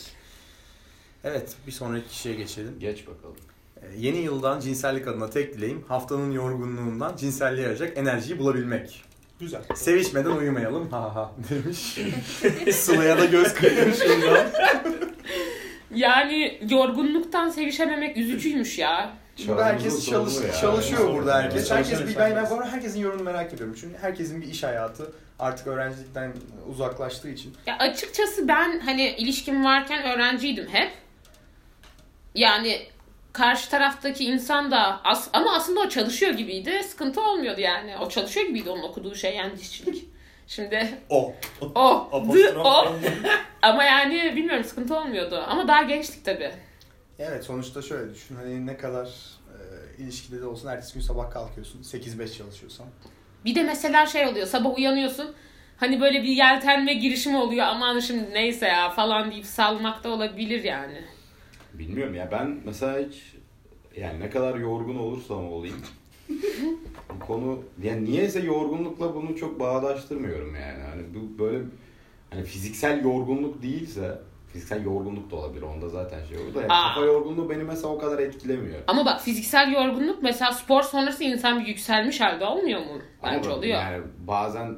Evet bir sonraki kişiye geçelim.
Geç bakalım.
E, Yeni yıldan cinsellik adına tek dileğim haftanın yorgunluğundan cinselliğe yarayacak enerjiyi bulabilmek.
Güzel.
Sevişmeden uyumayalım ha ha demiş. Sıla'ya da göz kırpmış şuradan.
Yani yorgunluktan sevişememek üzücüymüş ya.
Burada herkes
Sorumlu
çalış-
ya.
çalışıyor
Sorumlu.
burada herkes.
Sorumlu.
Herkes bir
Sorumlu.
ben ben bu arada herkesin yorumunu merak ediyorum. Çünkü herkesin bir iş hayatı artık öğrencilikten uzaklaştığı için.
Ya açıkçası ben hani ilişkim varken öğrenciydim hep. Yani karşı taraftaki insan da as ama aslında o çalışıyor gibiydi. Sıkıntı olmuyordu yani. O çalışıyor gibiydi onun okuduğu şey yani dişçilik. Şimdi
O.
o, the,
Apostrof.
o. ama yani bilmiyorum sıkıntı olmuyordu. Ama daha gençtik tabii.
Evet sonuçta şöyle düşün. Hani ne kadar e, ilişkide de olsun ertesi gün sabah kalkıyorsun. 8-5 çalışıyorsan.
Bir de mesela şey oluyor sabah uyanıyorsun. Hani böyle bir yeltenme girişimi oluyor. Aman şimdi neyse ya falan deyip salmak da olabilir yani.
Bilmiyorum ya ben mesela hiç yani ne kadar yorgun olursam olayım Bu konu yani niyeyse yorgunlukla bunu çok bağdaştırmıyorum yani. Hani bu böyle hani fiziksel yorgunluk değilse fiziksel yorgunluk da olabilir. Onda zaten şey olur da yani
Aa.
kafa yorgunluğu beni mesela o kadar etkilemiyor.
Ama bak fiziksel yorgunluk mesela spor sonrası insan bir yükselmiş halde olmuyor mu?
Ama
Bence oluyor.
Yani bazen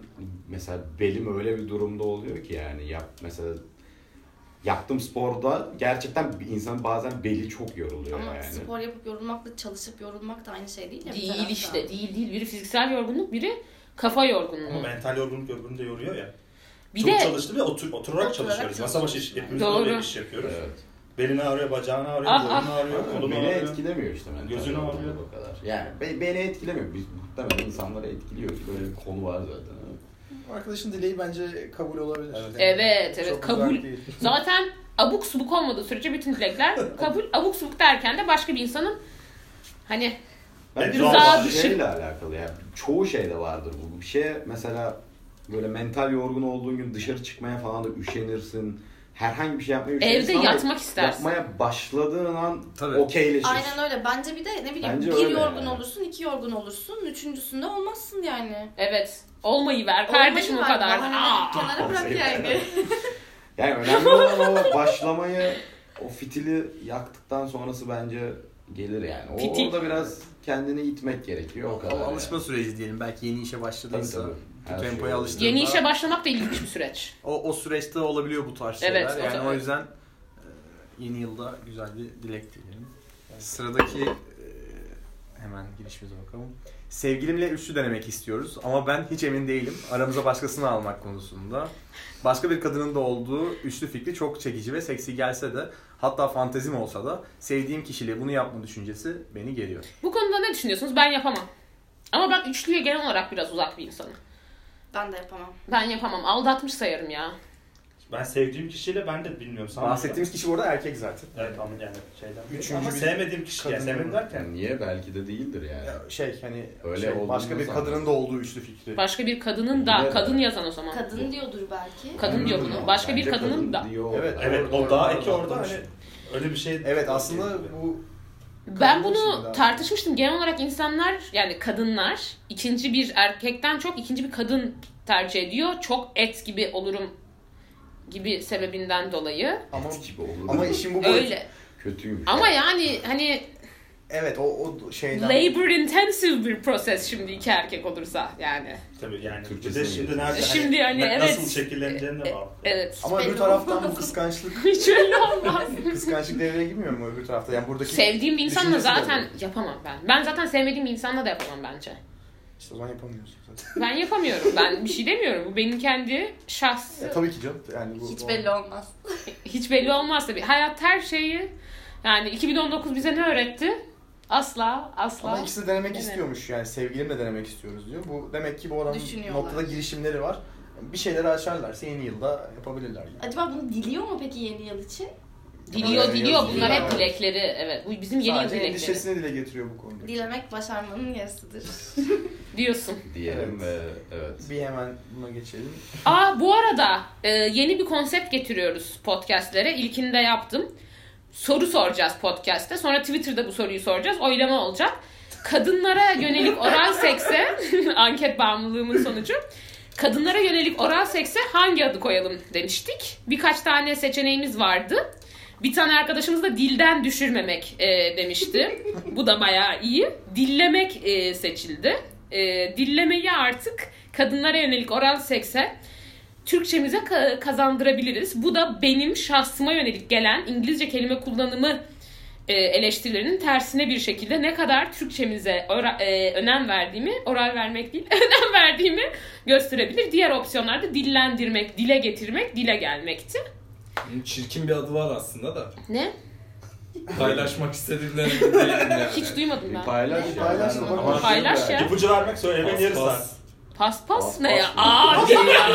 mesela belim öyle bir durumda oluyor ki yani yap mesela yaptığım sporda gerçekten bir insan bazen beli çok yoruluyor
Ama
yani.
spor yapıp yorulmakla çalışıp yorulmak da aynı şey değil ya. bir
Değil
taraftan.
işte değil değil. Biri fiziksel yorgunluk biri kafa
Ama
yorgunluğu.
mental yorgunluk öbürünü de yoruyor ya.
Bir
Çok
de
çalıştım ve otur, oturarak
Oturarak
çalışıyoruz. Masa başı iş, hepimiz
Doğru.
böyle iş yapıyoruz.
Evet.
Belini ağrıyor, bacağını ağrıyor,
Ah,
kolunu ağrıyor, kolunu
beni
ağrıyor.
etkilemiyor işte mental
Gözünü
yorgunluk
ağrıyor.
o kadar. Yani be- beni etkilemiyor. Biz muhtemelen insanları etkiliyoruz. Böyle bir konu var zaten.
Arkadaşın dileği bence kabul olabilir.
evet evet
Çok
kabul.
uzak değil.
Zaten abuk subuk olmadığı sürece bütün dilekler kabul. Abuk subuk derken de başka bir insanın hani
Bence
Rıza
bazı
dışı.
şeyle alakalı ya. Çoğu şeyde vardır bu. Bir şey mesela böyle mental yorgun olduğun gün dışarı çıkmaya falan da üşenirsin. Herhangi bir şey yapmaya üşenirsin
evde
ama
yatmak istersin.
Yapmaya başladığın an
Tabii.
okeyleşirsin.
Aynen öyle. Bence bir de ne bileyim
Bence
bir
öyle
yorgun
yani.
olursun, iki yorgun olursun. Üçüncüsünde olmazsın yani.
Evet. Olmayı ver kardeşim
Olmayı
o
ver,
kadar.
bahane
Aa!
Kenara bırak
Olmayı
yani.
ver. Yani önemli olan o başlamayı, o fitili yaktıktan sonrası bence gelir yani. O,
Fitil.
Orada biraz kendini itmek gerekiyor o kadar. yani.
alışma süreci diyelim. Belki yeni işe
Tabii,
başladıysa.
tabii.
Bu
Her
tempoya
şey-
alıştığında-
Yeni işe başlamak da ilginç bir süreç.
O, o süreçte olabiliyor bu tarz şeyler.
Evet, o
yani
tabii.
o yüzden e, yeni yılda güzel bir dilek dileyelim. Sıradaki e, hemen girişimize bakalım. Sevgilimle üçlü denemek istiyoruz ama ben hiç emin değilim. Aramıza başkasını almak konusunda. Başka bir kadının da olduğu üçlü fikri çok çekici ve seksi gelse de hatta fantezim olsa da sevdiğim kişiyle bunu yapma düşüncesi beni geriyor.
Bu konuda ne düşünüyorsunuz? Ben yapamam. Ama ben üçlüye genel olarak biraz uzak bir insanım.
Ben de yapamam.
Ben yapamam. Aldatmış sayarım ya.
Ben sevdiğim kişiyle ben de bilmiyorum. Sana
Bahsettiğimiz kişi bu arada erkek zaten.
Evet anladım yani şeyden.
Üçüncü
Ama
bir
sevmediğim kişi. Yani
kadın-
sevmedim derken.
Yani niye? Belki de değildir yani.
Ya Şey hani
Öyle
şey,
olduğunu
başka bir
sanmıyorum.
kadının da olduğu üçlü fikri.
Başka bir kadının
Evet.
da kadın yazan o zaman.
Kadın diyordur belki.
Kadın diyor bunu. Başka bir
Bence
kadının da.
diyor.
Evet,
Evet o
Doğru.
daha
Doğru.
eki orada
Doğru.
hani öyle bir şey.
Evet aslında bu
Ben
Kadın
bunu
için daha-
tartışmıştım. Genel olarak insanlar yani kadınlar ikinci bir erkekten çok ikinci bir kadın tercih ediyor. Çok et gibi olurum gibi sebebinden dolayı.
ama
Et gibi olur.
ama işin bu boyutu.
Öyle.
kötüymüş.
Ama yani hani
Evet o o şeyden.
labor intensive bir proses şimdi iki erkek olursa yani.
Tabii yani bir
Türkçesine
de şimdi
girdi.
nerede
Şimdi yani
na-
evet. E,
nasıl şekilleneceğine bağlı.
Evet.
Ama öbür
Belli
taraftan bu
olmaz.
kıskançlık
Hiç öyle olmaz.
kıskançlık devreye girmiyor mu öbür tarafta? Yani buradaki
Sevdiğim bir insanla
düşüncesi de
zaten
oluyor.
yapamam ben. Ben zaten sevmediğim bir insanla da yapamam bence.
İşte o zaman yapamıyorsun zaten.
Ben yapamıyorum. Ben bir şey demiyorum. Bu benim kendi
Ya,
şahsı.
E, tabii ki canım. Yani bu,
Hiç
bu-
belli olmaz.
Hiç belli olmaz tabii. Hayat her şeyi yani 2019 bize ne öğretti? Asla, asla.
Ama ikisi de denemek
Evet.
istiyormuş yani sevgilimle denemek istiyoruz diyor. Bu demek ki bu oranın
Düşünüyorlar.
noktada girişimleri var. Bir şeyleri açarlarsa yeni yılda yapabilirler yani.
Acaba bunu diliyor mu peki yeni yıl için?
Diliyor,
Yani
diliyor.
yazıyor
Bunlar hep
yani.
dilekleri. Evet. Bu bizim yeni yıl
Sadece
dilekleri.
endişesini dile getiriyor bu konuda.
Dilemek başarmanın yarısıdır.
Diyorsun.
diyelim ve evet.
Bir hemen buna geçelim.
Aa bu arada e, yeni bir konsept getiriyoruz podcastlere. İlkini de yaptım. Soru soracağız podcast'te. Sonra Twitter'da bu soruyu soracağız. Oylama olacak. Kadınlara yönelik oral sekse anket bağımlılığımın sonucu. Kadınlara yönelik oral sekse hangi adı koyalım demiştik. Birkaç tane seçeneğimiz vardı. Bir tane arkadaşımız da dilden düşürmemek e, demişti. Bu da bayağı iyi. Dillemek e, seçildi. E, dillemeyi artık kadınlara yönelik oral sekse Türkçemize ka- kazandırabiliriz. Bu da benim şahsıma yönelik gelen İngilizce kelime kullanımı e, eleştirilerinin tersine bir şekilde ne kadar Türkçemize ora- e, önem verdiğimi, oral vermek değil, önem verdiğimi gösterebilir. Diğer opsiyonlar da dillendirmek, dile getirmek, dile gelmekti.
Bunun çirkin bir adı var aslında da.
Ne?
Paylaşmak istediklerini de değilim yani.
Hiç duymadım
Bir
ben.
paylaş ya.
Paylaş da
Ama-
bakalım.
Paylaş ya.
İpucu vermek sonra evin
Pas,
yarısı.
pas.
saat.
Paspas
Pas-
ne ya?
pas-
Aa değil ya.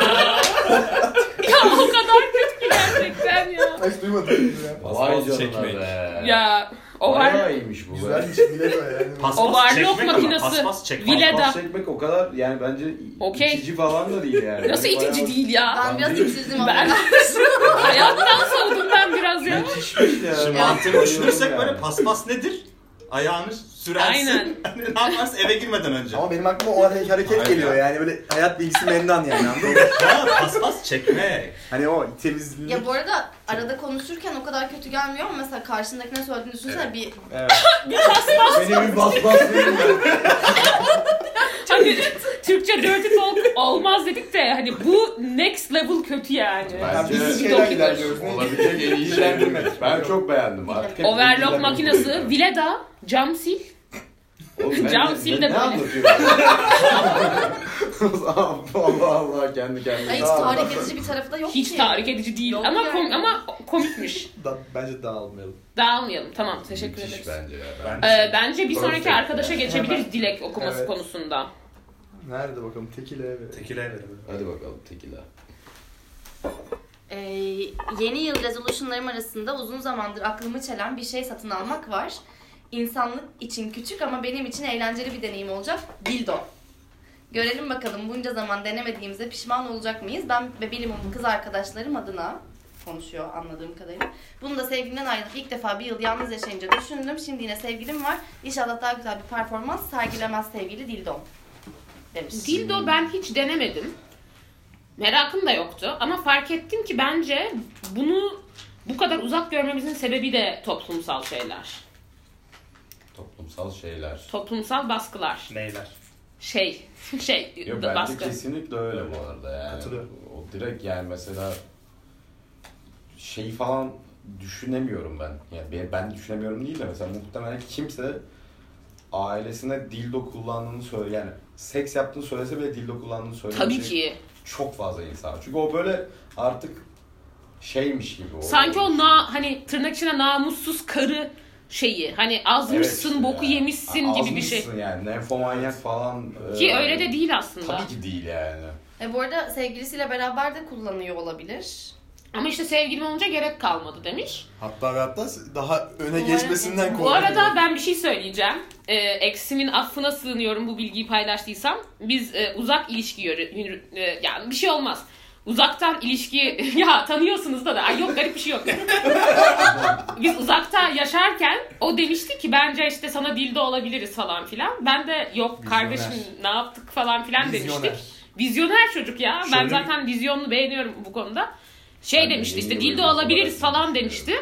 ya o kadar kötü ki gerçekten ya.
Hiç duymadım ya.
Vay
Pas
canına
çekmek.
be.
Ya o var.
Bayağı iyiymiş bu.
Güzel
Güzel.
bir şey bile yani.
Pas
O
pas
varlık
çekmek ama,
makinesi.
Pas pas çekmek.
Vile- Leda.
Pas çekmek o kadar yani bence
Okey.
itici falan da değil yani. Hani
Nasıl
Bayağı-
itici değil ya?
Ben biraz içsizim ama.
Ben hayattan soğudum ben biraz ya.
Müthişmiş ya.
Şimdi
Ben
mantığını
bayılıyorum
düşünürsek
yani.
böyle paspas nedir?
Ayağını sürersin.
Aynen.
Hani ne yaparsın eve girmeden önce.
Ama benim aklıma o hare- hareket
Hayır
geliyor
ya.
yani böyle hayat bilgisi mendan yani anladın mı?
ya paspas çekmek.
Hani o temizlik.
Ya bu arada arada konuşurken o kadar kötü gelmiyor ama mesela karşındakine söylediğini düşünsene
Evet.
bir
Benim bir bas bas verin ya.
Hani Türkçe dirty talk olmaz dedik de hani bu next level kötü yani.
Bence-
Biz
Evet.
bir
Şeyler gider
dokuyoruz.
diyoruz.
Olabilecek en iyi şey.
Bilgilendirme.
Ben çok beğendim artık.
Overlock makinesi, Vileda, cam sil.
Oğlum ben
Cam
ne-
sil de böyle.
ne- Ne anlatıyorsun? Allah Allah kendi kendine.
Ay, hiç tahrik edici bir tarafı da yok
Hiç
ki.
tahrik edici değil
Yok
ama
yani.
kom- ama komikmiş.
Da, bence dağılmayalım.
Dağılmayalım. Tamam, teşekkür
Müthiş
ederiz.
bence ya. Ben-
Ben
Ee, bence bir sonraki
Perfect.
arkadaşa geçebiliriz dilek okuması
Evet.
konusunda.
Nerede bakalım? Tekile eve.
tekile verelim.
Hadi bakalım tekila.
Ee, yeni yıl resolutionlarım arasında uzun zamandır aklımı çelen bir şey satın almak var. İnsanlık için küçük ama benim için eğlenceli bir deneyim olacak. Dildo. Görelim bakalım bunca zaman denemediğimize pişman olacak mıyız? Ben ve bilimum kız arkadaşlarım adına konuşuyor anladığım kadarıyla. Bunu da sevgilimden ayrılıp ilk defa bir yıl yalnız yaşayınca düşündüm. Şimdi yine sevgilim var. İnşallah daha güzel bir performans sergilemez sevgili Dildo. Demiş.
Dildo ben hiç denemedim. Merakım da yoktu ama fark ettim ki bence bunu bu kadar uzak görmemizin sebebi de toplumsal şeyler.
Toplumsal şeyler.
Toplumsal baskılar.
Neyler?
Şey, şey
Yok
da-
bence
baskı.
kesinlikle öyle bu arada yani.
Katılıyorum.
O direkt yani mesela şeyi falan düşünemiyorum ben. Yani ben- ben düşünemiyorum değil de mesela muhtemelen kimse ailesine dildo kullandığını söyle yani seks yaptığını söylese bile dildo kullandığını söyleyecek
Tabii ki.
çok fazla insan. var. Çünkü o böyle artık şeymiş gibi. O,
Sanki o na hani tırnak içinde namussuz karı şeyi. Hani azmışsın,
Evet,
boku
yani.
yemişsin
Yani
gibi bir şey.
azmışsın yani lenfomanyak falan.
Ki
e,
öyle de değil aslında.
Tabii ki değil yani.
E bu arada sevgilisiyle beraber de kullanıyor olabilir.
Ama işte sevgilim olunca gerek kalmadı demiş.
Hatta ve hatta daha öne
Umarım-
geçmesinden
Bu
korkuyorum.
arada ben bir şey söyleyeceğim. Ee, eksimin affına sığınıyorum bu bilgiyi paylaştıysam. Biz e, uzak ilişki yürü, yürü- e, yani bir şey olmaz. Uzaktan ilişki ya tanıyorsunuz da da ay yok garip bir şey yok. Biz uzakta yaşarken o demişti ki bence işte sana dilde olabiliriz falan filan. Ben de yok kardeşim ne yaptık falan filan
Vizyoner.
demiştik. Vizyoner çocuk ya. ben
Şöyle-
zaten vizyonunu beğeniyorum bu konuda. Şey
Ben de
demişti
yeni
işte
yeni
dilde
uygun
olabiliriz
olarak
falan
düşünüyorum.
demişti.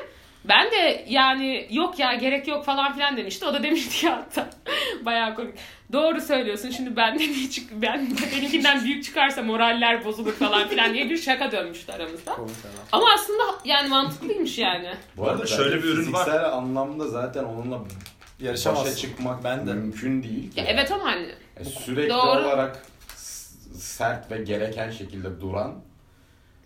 Ben de yani yok ya gerek yok falan filan demişti. O da demişti ya hatta. Bayağı komik. Doğru söylüyorsun. Şimdi ben de bir çık ben benimkinden büyük çıkarsa moraller bozulur falan filan diye bir şaka dönmüştü aramızda. Ama aslında yani mantıklıymış yani.
Bu arada şöyle bir ürün var. Fiziksel anlamda zaten onunla başa çıkmak
Ben de.
mümkün değil. ki.
Ya evet ama hani
E, sürekli
Doğru.
olarak s- sert ve gereken şekilde duran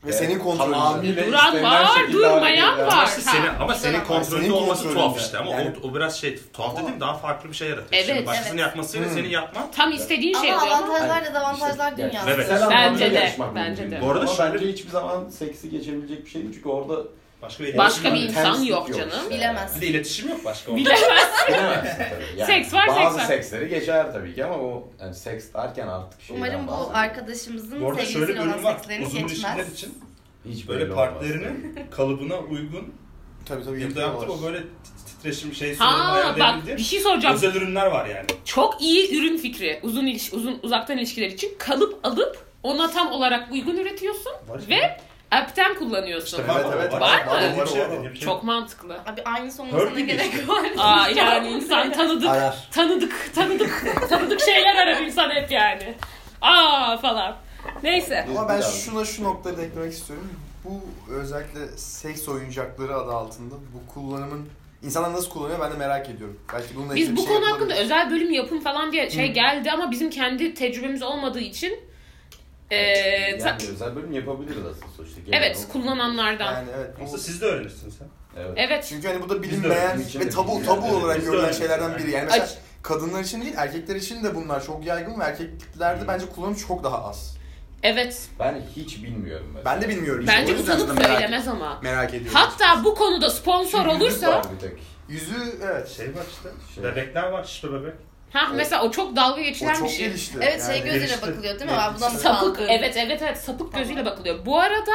Ve senin kontrolünde.
tamamıyla
Duran
istenilen şey
var,
şekilde
durmayan
hareket eden-
var.
İşte senin, ama senin kontrolünde
senin
olması
kontrolünde.
tuhaf işte. Ama
Yani-
o, o biraz şey tuhaf dediğim daha farklı bir şey yaratıyor.
Evet,
Şimdi başkasının
evet.
yapmasıyla senin yapman.
tam istediğin şey
Ama
oluyor. ama-
avantajlar da avantajlar dünyası.
Evet.
Fiziksel anlamda
Bence de,
yarışmak
bence
mümkün
de.
değil.
Bu arada
Ama
şöyle-
bence hiçbir zaman seksi geçebilecek bir şey değil. Çünkü orada
Başka bir
Başka bir
Orada
insan
tenslik
yok
yok
canım.
işte.
Bilemez.
Bir de iletişim yok başka. orada.
Bilemez.
bilemezsin tabii. Yani
Seks var,
bazı
seks var.
seksleri geçer tabii ki ama o yani seks derken artık şeyden
Umarım bu
bahsediyorum.
arkadaşımızın
Şey Bu arada şöyle bir
sevgilisiyle olan
bölüm var.
sekslerini
Uzun ilişkiler
geçmez.
için
Hiç
böyle
olmaz.
partnerinin kalıbına uygun
Tabii tabii.
bir
yapıyorlar.
yaptım. O böyle tit- titreşim şey sunum
Ha bak
ayarlayabildi.
bir şey soracağım.
Özel ürünler var yani.
Çok iyi ürün fikri. Uzun iliş uzun uzaktan ilişkiler için kalıp alıp ona tam olarak uygun üretiyorsun ve app'ten kullanıyorsun.
Evet, evet,
var.
var mı?
Dediğim
Var,
şey,
var, var.
dediğim şey.
Çok mantıklı.
Abi aynı sonuna
Hör
sana
gibi
gerek var.
Aa yani insan tanıdık,
Arar.
tanıdık, tanıdık, tanıdık şeyler arar insan hep yani. Aa falan. Neyse.
Ama ben
Biraz.
şuna şu noktayı da eklemek istiyorum. Bu özellikle seks oyuncakları adı altında bu kullanımın insanlar nasıl kullanıyor ben de merak ediyorum. Belki bununla ilgili
Biz
bir
bu
şey Hmm.
konu
yapılabilir.
hakkında özel bölüm yapın falan diye şey geldi ama bizim kendi tecrübemiz olmadığı için eee,
Yani
ta-
özel bölüm yapabiliriz aslında sonuçta. Genel
evet
olarak.
kullananlardan.
Yani evet.
Aslında
Bu,
siz de öğrenirsiniz. ha.
Evet.
Evet.
çünkü hani bu da
Biz
bilinmeyen
de öyle,
ve tabu
bizim
tabu
de öyle.
olarak
Biz de
görülen
öyle.
şeylerden biri. Yani mesela
Ac-
kadınlar için değil erkekler için de bunlar çok yaygın ve erkeklerde bence kullanım çok daha az.
Evet.
Ben hiç bilmiyorum mesela.
Ben de bilmiyorum. işte.
Bence
O yüzden
utanıp
de merak-
söylemez ama.
Merak ediyorum.
Hatta bu konuda sponsor olursa
Var bir tek.
Yüzü evet.
Şey var işte.
Şey.
Bebekler var işte bebek.
ha mesela o çok dalga
O
geçilen bir
çok
şey.
gelişti.
Evet şey
Yani-
gözüyle
Gelişti.
bakılıyor değil mi? Aa, buna mı
Sapık
aldın?
evet evet evet sapık gözüyle bakılıyor. Bu arada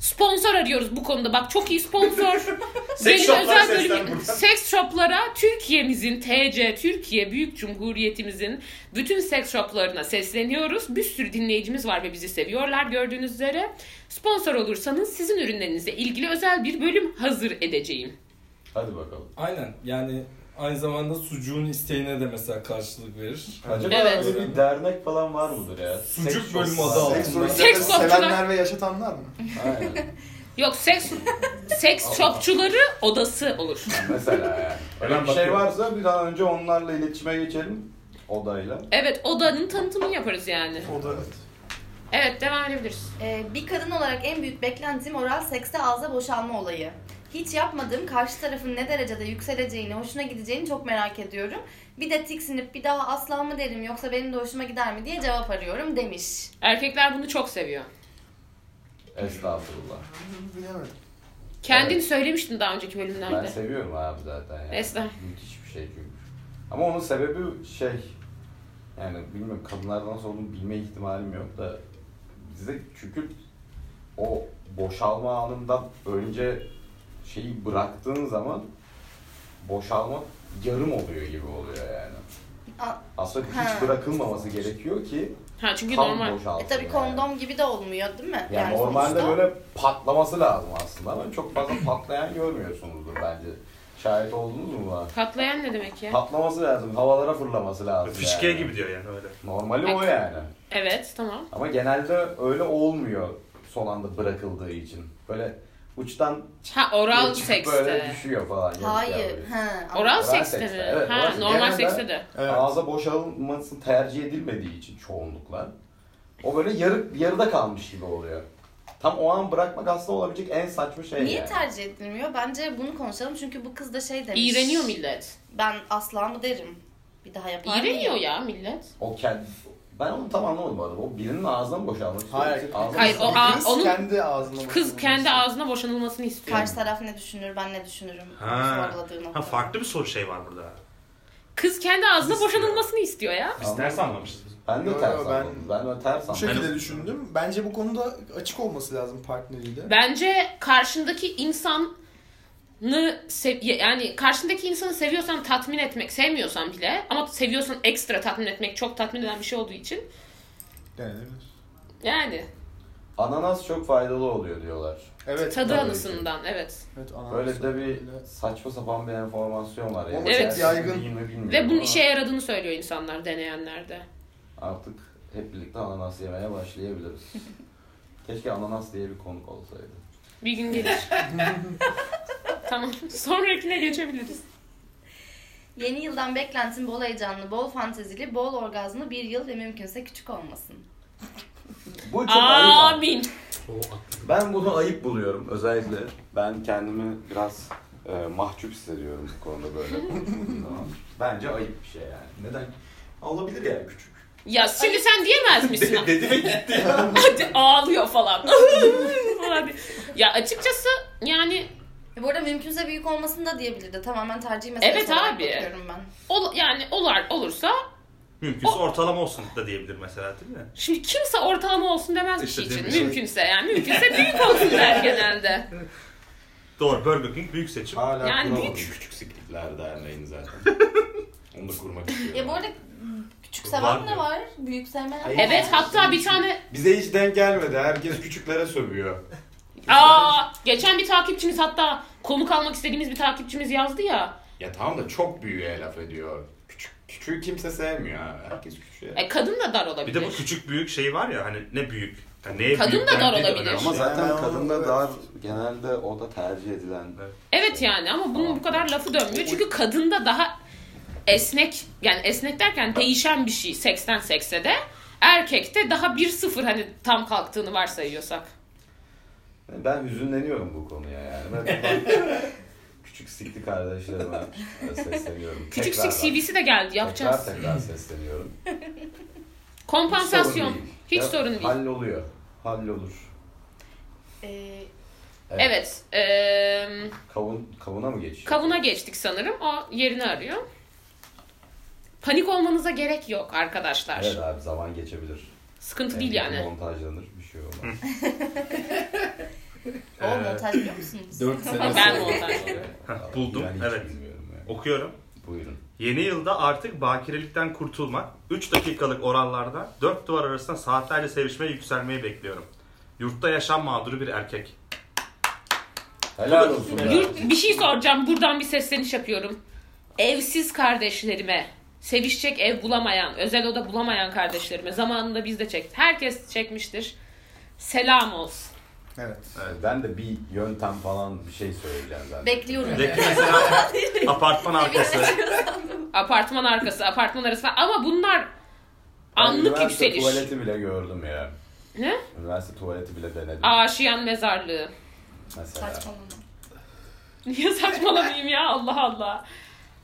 Sponsor arıyoruz bu konuda. Bak çok iyi sponsor.
Sex
Gelin
shoplara
özel
seslen
bölümü.
buradan.
Seks shoplara Türkiye'mizin TC, Türkiye Büyük Cumhuriyetimizin bütün seks shoplarına sesleniyoruz. Bir sürü dinleyicimiz var ve bizi seviyorlar gördüğünüz üzere. Sponsor olursanız sizin ürünlerinizle ilgili özel bir bölüm hazır edeceğim.
Hadi bakalım.
Aynen yani aynı zamanda sucuğun isteğine de mesela karşılık verir.
Acaba
Evet.
böyle bir dernek falan var mıdır ya?
Sucuk
Seks
bölümü
shop-
adı altında.
Seks shop-
Seks shopçular-
Sevenler ve yaşatanlar mı?
Aynen.
Yok seks seks shopçuları odası olur.
Mesela yani. Öyle bir şey varsa bir an önce onlarla iletişime geçelim. Odayla.
Evet odanın tanıtımını yaparız yani. Evet devam edebiliriz.
Ee, bir kadın olarak en büyük beklentim oral sekste ağza boşalma olayı. Hiç yapmadığım karşı tarafın ne derecede yükseleceğini, hoşuna gideceğini çok merak ediyorum. Bir de tiksinip bir daha asla mı derim yoksa benim de hoşuma gider mi diye cevap arıyorum demiş.
Erkekler bunu çok seviyor.
Estağfurullah.
Bilemedim.
Kendin söylemiştin daha önceki bölümlerde.
Ben seviyorum abi zaten. Yani.
Esna.
Müthiş bir şey çünkü. Ama onun sebebi şey yani bilmiyorum kadınlardan sonra bunu bilme ihtimalim yok da bizde çünkü o boşalma anından önce şeyi bıraktığın zaman boşalma yarım oluyor gibi oluyor yani.
A- e
Aslında hiç
Ha.
bırakılmaması gerekiyor ki
Ha çünkü
tam
normal.
boşalsın.
E tabi
yani.
kondom gibi de olmuyor değil mi?
Yani, normalde
sonuçta.
böyle patlaması lazım aslında ama çok fazla patlayan görmüyorsunuzdur bence. Şahit oldunuz mu buna?
Patlayan ne demek ya?
Patlaması lazım, havalara fırlaması lazım.
Fişkiye
yani.
gibi diyor yani öyle.
Normali o yani.
Evet tamam.
Ama genelde öyle olmuyor son anda bırakıldığı için. Böyle uçtan
Ha oral
çıkıp böyle
sekste.
düşüyor falan. Yok ya
Hayır.
böyle.
He,
Oral
Oral
sekste mi?
sekste, evet,
ha
oral sekste.
normal
Genelde-
sekste de.
Evet.
Ağza boşalması tercih edilmediği için çoğunlukla. O böyle yarı, yarıda kalmış gibi oluyor. Tam o an bırakmak aslında olabilecek en saçma şey
Niye
yani.
tercih edilmiyor? Bence bunu konuşalım çünkü bu kız da şey demiş.
İğreniyor millet.
Ben asla mı derim? Bir daha yapar mıyım?
İğreniyor ya millet.
O kendi... Ben onu tam anlamadım bu arada. O birinin ağzına mı boşalmak istiyor?
Hayır.
Ağzına
Hayır,
mı-
o a-
Kız
onun-
kendi ağzına
Kız
bakıyor.
kendi ağzına boşanılmasını istiyor.
Karşı taraf ne düşünür, ben ne düşünürüm?
Ha.
Sorguladığı nokta.
ha farklı bir soru şey var burada.
Kız kendi ağzına boşanılmasını istiyor ya.
Biz ters anlamışız biz.
Ben de
Yo,
ters
yo, ben- Şey-
anladım. Ben de ters
Bu
anladım.
şekilde düşündüm. Bence bu konuda açık olması lazım partneriyle.
Bence karşındaki insanı sev- yani karşındaki insanı seviyorsan tatmin etmek, sevmiyorsan bile ama seviyorsan ekstra tatmin etmek çok tatmin eden bir şey olduğu için
Denenebilir.
yani
Ananas çok faydalı oluyor diyorlar.
Evet.
tadı
Tabii.
anısından evet.
Evet, ananas.
Böyle de bir saçma sapan bir enformasyon var yani.
Ama
Evet.
Gerçi
yaygın.
değil mi bilmiyorum
Ve bunun
ama
işe yaradığını söylüyor insanlar deneyenlerde.
Artık hep birlikte ananas yemeye başlayabiliriz. Keşke ananas diye bir konuk olsaydı.
Bir gün gelir. tamam. Sonrakine geçebiliriz.
Yeni yıldan beklentim bol heyecanlı, bol fantezili, bol orgazmlı bir yıl ve mümkünse küçük olmasın.
Bu çok ayıp.
Amin.
Ben bunu ayıp buluyorum özellikle. Ben kendimi biraz e, mahcup hissediyorum bu konuda böyle. konuştuğum zaman. Bence ayıp bir şey yani. Neden? Olabilir yani küçük.
Ya şimdi sen diyemez misin?
Dedi ve gitti.
Hadi ağlıyor falan. Falan diye. ya açıkçası yani
E bu arada mümkünse büyük olmasını da diyebilirdi. Tamamen tercih meselesi
Evet
olarak
abi.
bakıyorum ben.
ol, yani olar olursa
Mümkünse ortalama olsun da diyebilir mesela değil mi?
şimdi kimse ortalama olsun demez bir
İşte
şey için.
demiş.
Mümkünse yani mümkünse büyük olsun der genelde.
Doğru Burger King büyük seçim.
Hala
Yani
kuramadım.
büyük-
Küçük siklikler derneğini zaten. Onu da kurmak istiyorum.
Ya E, bu arada küçük
Var
seven
mı?
de var, büyük sevmeyen de
Evet
var.
hatta bir tane
Bize hiç denk gelmedi. Herkes küçüklere sövüyor.
aa geçen bir takipçimiz hatta konuk almak istediğimiz bir takipçimiz yazdı ya.
Ya tamam da çok büyüğe laf ediyor. Küçük, küçüğü kimse sevmiyor abi. Herkes küçüğe.
E, kadın da dar
Bir
olabilir.
de bu küçük büyük şey var ya hani ne büyük. Yani neye
Kadın
büyük
da dar
dendiği de
olabilir.
önemli. Şey,
Ama zaten
Ben onu-
kadında dar genelde o da tercih edilen.
Evet yani ama bunun bu kadar lafı dönmüyor. Çünkü kadında daha esnek yani esnek derken değişen bir şey seksten sekse de erkekte daha bir sıfır hani tam kalktığını varsayıyorsak.
Ben hüzünleniyorum bu konuya yani. Ben küçük sikli kardeşlerime sesleniyorum.
Küçük
Tekrardan-
sik CV'si de geldi yapacağız.
Tekrar tekrar sesleniyorum.
Kompensasyon. Hiç sorun değil.
Halloluyor. Hallolur.
Ee,
Evet. eee,
Kavun, kavuna mı geçiyor?
kavuna geçtik sanırım. O yerini arıyor. Panik olmanıza gerek yok arkadaşlar.
Evet abi zaman geçebilir.
Sıkıntı değil yani.
Montajlanır bir şey olmaz.
O
Ee,
montaj biliyor musunuz?
4 sene
Ben
sonra.
montaj.
Heh, buldum,
Yani hiç
evet.
bilmiyorum yani.
Okuyorum.
Buyurun.
Yeni yılda artık bakirelikten kurtulmak, 3 dakikalık orallardan 4 duvar arasında saatlerce sevişmeye yükselmeyi bekliyorum. Yurtta yaşam mağduru bir erkek.
Helal olsun. ya.
Yurt, bir şey soracağım. Buradan bir sesleniş yapıyorum. Evsiz kardeşlerime, sevişecek ev bulamayan, özel oda bulamayan kardeşlerime zamanında biz de çektik. Herkes çekmiştir. Selam olsun.
Evet.
Ben de bir yöntem falan bir şey söyleyeceğim zaten.
Bekliyorum.
Deki mesela apartman arkası.
Apartman arkası, apartman arasında ama bunlar
Ben
anlık
üniversite
yükseliş.
tuvaleti bile gördüm ya.
Ne?
Üniversite tuvaleti bile denedim.
Aşiyan mezarlığı.
Mesela.
Saçmalama.
Niye saçmalamayayım ya Allah Allah.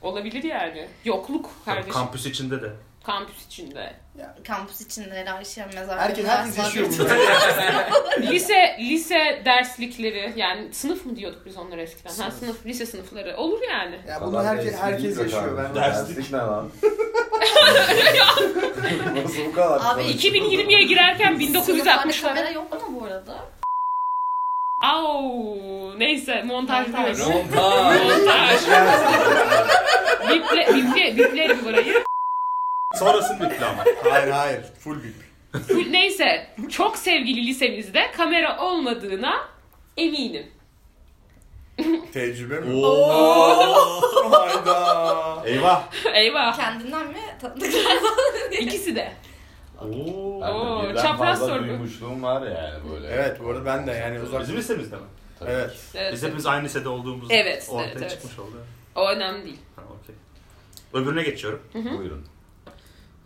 Olabilir yani. Yokluk kardeşim.
Kampüs içinde de.
Kampüs içinde.
Kampüs içinde Ayşe mezarlığı.
Herkes herkes yaşıyor bunu.
Lise lise derslikleri yani sınıf mı diyorduk biz onlara eskiden? Ha
Sınıf.
sınıf, lise sınıfları. Olur yani.
Ya
Falan
bunu herkes
derslik
herkes
yok
yaşıyor.
abi.
Ben
Derslik ne lan? Nasıl bu kadar?
Abi
konuşulur?
2020'ye girerken
Sınıflarda kamera
1960'lara.
yok mu bu arada?
Au neyse montaj
Montaj.
diyorum.
Montaj.
Montaj. Biple, biple, biplerim burayı.
Sonrasını bitti ama.
hayır hayır. Full bip.
Bu- Neyse çok sevgili lisemizde kamera olmadığına eminim.
Tecrübe mi?
Oo.
Hayda.
Eyvah.
Eyvah.
Kendinden mi tanıdıklardan mı diye.
İkisi de.
Oo.
Ben de
Oo,
birden
çapraz
fazla
sorgu.
duymuşluğum var yani böyle.
Evet bu arada ben de yani uzak.
Bizim lisemizde mi?
Tabii.
Evet.
Evet.
Biz hepimiz aynı lisede olduğumuz
Evet,
ortaya
evet, evet.
çıkmış oldu.
O önemli değil.
Ha, okey. Öbürüne geçiyorum.
Buyurun.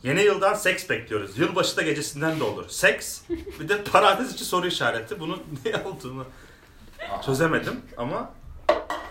Yeni yıldan seks bekliyoruz. Yılbaşı da gecesinden de olur. Seks bir de parantez içi soru işareti. Bunun ne olduğunu çözemedim ama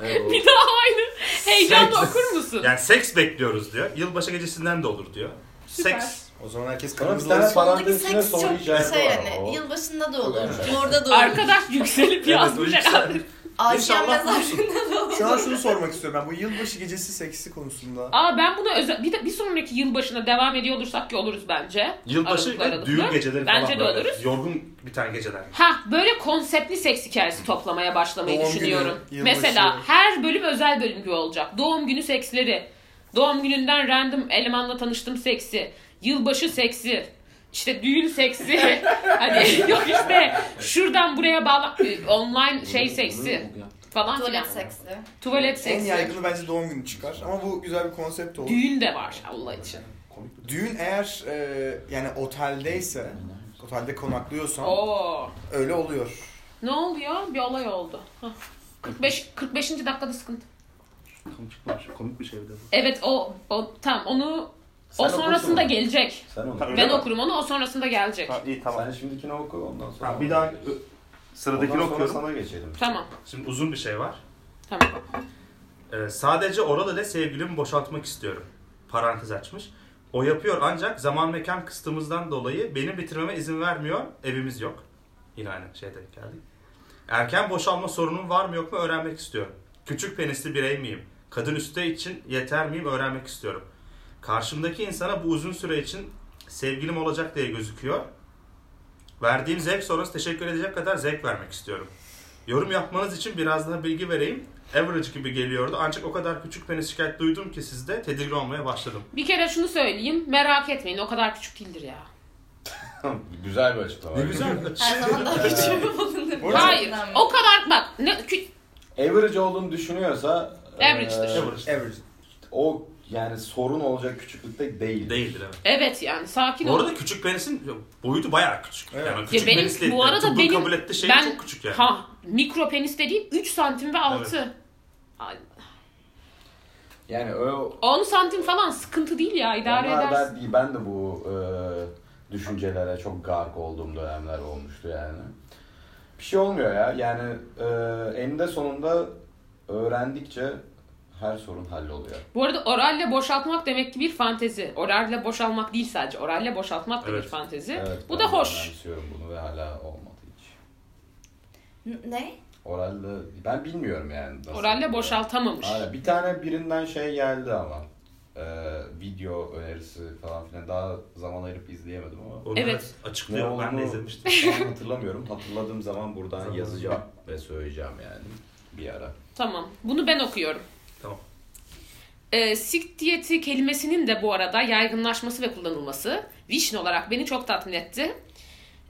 Evet,
Bir daha aynı heyecanla okur musun?
yani seks bekliyoruz diyor. Yılbaşı gecesinden de olur diyor.
Süper.
Seks.
O zaman herkes
Tamam, bir
kırmızılara
tane
falan.
Parantez
Sondaki
içine
seks
soru
çok
işareti
şey
var
yani.
ama o-
Yılbaşında da olur.
Evet.
Orada da olur.
Arkadaş yükselip yazmış herhalde.
Ayşe
İnşallah
mezarlığında da olur.
Şu an şunu sormak istiyorum ben bu yılbaşı gecesi seksi konusunda.
Aa ben buna özel bir, de, bir sonraki yılbaşına devam ediyor olursak ki oluruz bence.
Yılbaşı
Aralıklar,
ve
aralıklar.
düğün geceleri falan
Bence de
böyle.
oluruz.
Yorgun bir tane geceler.
Ha böyle konseptli seks hikayesi toplamaya başlamayı
Doğum
düşünüyorum.
günü, yılbaşı.
Mesela her bölüm özel bölüm gibi olacak. Doğum günü seksleri, doğum gününden random elemanla tanıştım seksi, yılbaşı seksi, işte düğün seksi, hani yok işte şuradan buraya bağla online şey seksi falan filan.
Tuvalet seksi.
Tuvalet
En
seksi.
yaygını bence doğum günü çıkar ama bu güzel bir konsept olur.
Düğün de var Allah için.
Düğün eğer e, yani oteldeyse, otelde konaklıyorsan
Oo.
öyle oluyor.
Ne oluyor? Bir olay oldu. Hah. 45 45. dakikada sıkıntı.
Komik bir şey de bu.
Evet o, o tamam onu
Sen
o
okursun
sonrasında
onu.
gelecek.
Sen onu.
Öyle
ben
mi?
okurum onu o sonrasında gelecek.
Ha, iyi tamam.
Sen şimdikini oku ondan sonra.
Ha, bir daha
Ondan
sıradakini
sonra
okuyorum.
sana geçelim.
Tamam.
Şimdi uzun bir şey var.
Tamam.
Ee, sadece oral ile sevgilimi boşaltmak istiyorum. Parantez açmış. O yapıyor ancak zaman mekan kıstığımızdan dolayı benim bitirmeme izin vermiyor. Evimiz yok. Yine aynı şeye denk geldik. Erken boşalma sorunum var mı yok mu öğrenmek istiyorum. Küçük penisli birey miyim? Kadın üstü için yeter miyim öğrenmek istiyorum. Karşımdaki insana bu uzun süre için sevgilim olacak diye gözüküyor. Verdiğim zevk sonrası teşekkür edecek kadar zevk vermek istiyorum. Yorum yapmanız için biraz daha bilgi vereyim. Average gibi geliyordu. Ancak o kadar küçük penis şikayet duydum ki sizde tedirgin olmaya başladım.
Bir kere şunu söyleyeyim. Merak etmeyin o kadar küçük değildir ya.
Güzel bir açıklama.
Ne güzel.
Her zaman daha küçük bulunur.
Bu arada-
Hayır. O kadar bak ne kü-
Average olduğunu düşünüyorsa e,
Average'dir.
Average.
Average.
o yani sorun olacak küçüklükte değil.
Değildir evet.
evet yani sakin
Bu
ol.
arada küçük penisin boyutu bayağı küçük.
Evet.
Yani küçük
Ya benim-
penisli-
bu arada
tıbbın
benim-
kabul ettiği şey
ben-
çok küçük yani.
Ha mikro penis dediğim 3 santim ve altı. Ay,
Yani o
10 santim falan sıkıntı değil ya idare
Onlar
edersin.
da değil. Ben de bu e, düşüncelere çok gark olduğum dönemler olmuştu yani. Bir şey olmuyor ya. Yani e, eninde sonunda öğrendikçe her sorun halloluyor.
Bu arada oralle boşaltmak demek ki bir fantezi. Oralle boşalmak değil sadece. Oralle boşaltmak da
Evet.
bir fantezi.
Evet,
Bu
ben
da
de
hoş.
önemsiyorum bunu ve hala olmadı hiç.
Ne?
Oralle ben bilmiyorum yani. nasıl
Oralle
oluyor.
boşaltamamış.
Aynen. Bir tane birinden şey geldi ama. E, e, video önerisi falan filan daha zaman ayırıp izleyemedim ama.
Onları
Evet.
açıklıyor. Ben de
olduğunu
izlemiştim.
şu an hatırlamıyorum. Hatırladığım zaman buradan
Tamam.
yazacağım ve söyleyeceğim yani bir ara.
Tamam. Bunu ben okuyorum.
Tamam.
Ee, sik diyeti kelimesinin de bu arada yaygınlaşması ve kullanılması vişne olarak beni çok tatmin etti.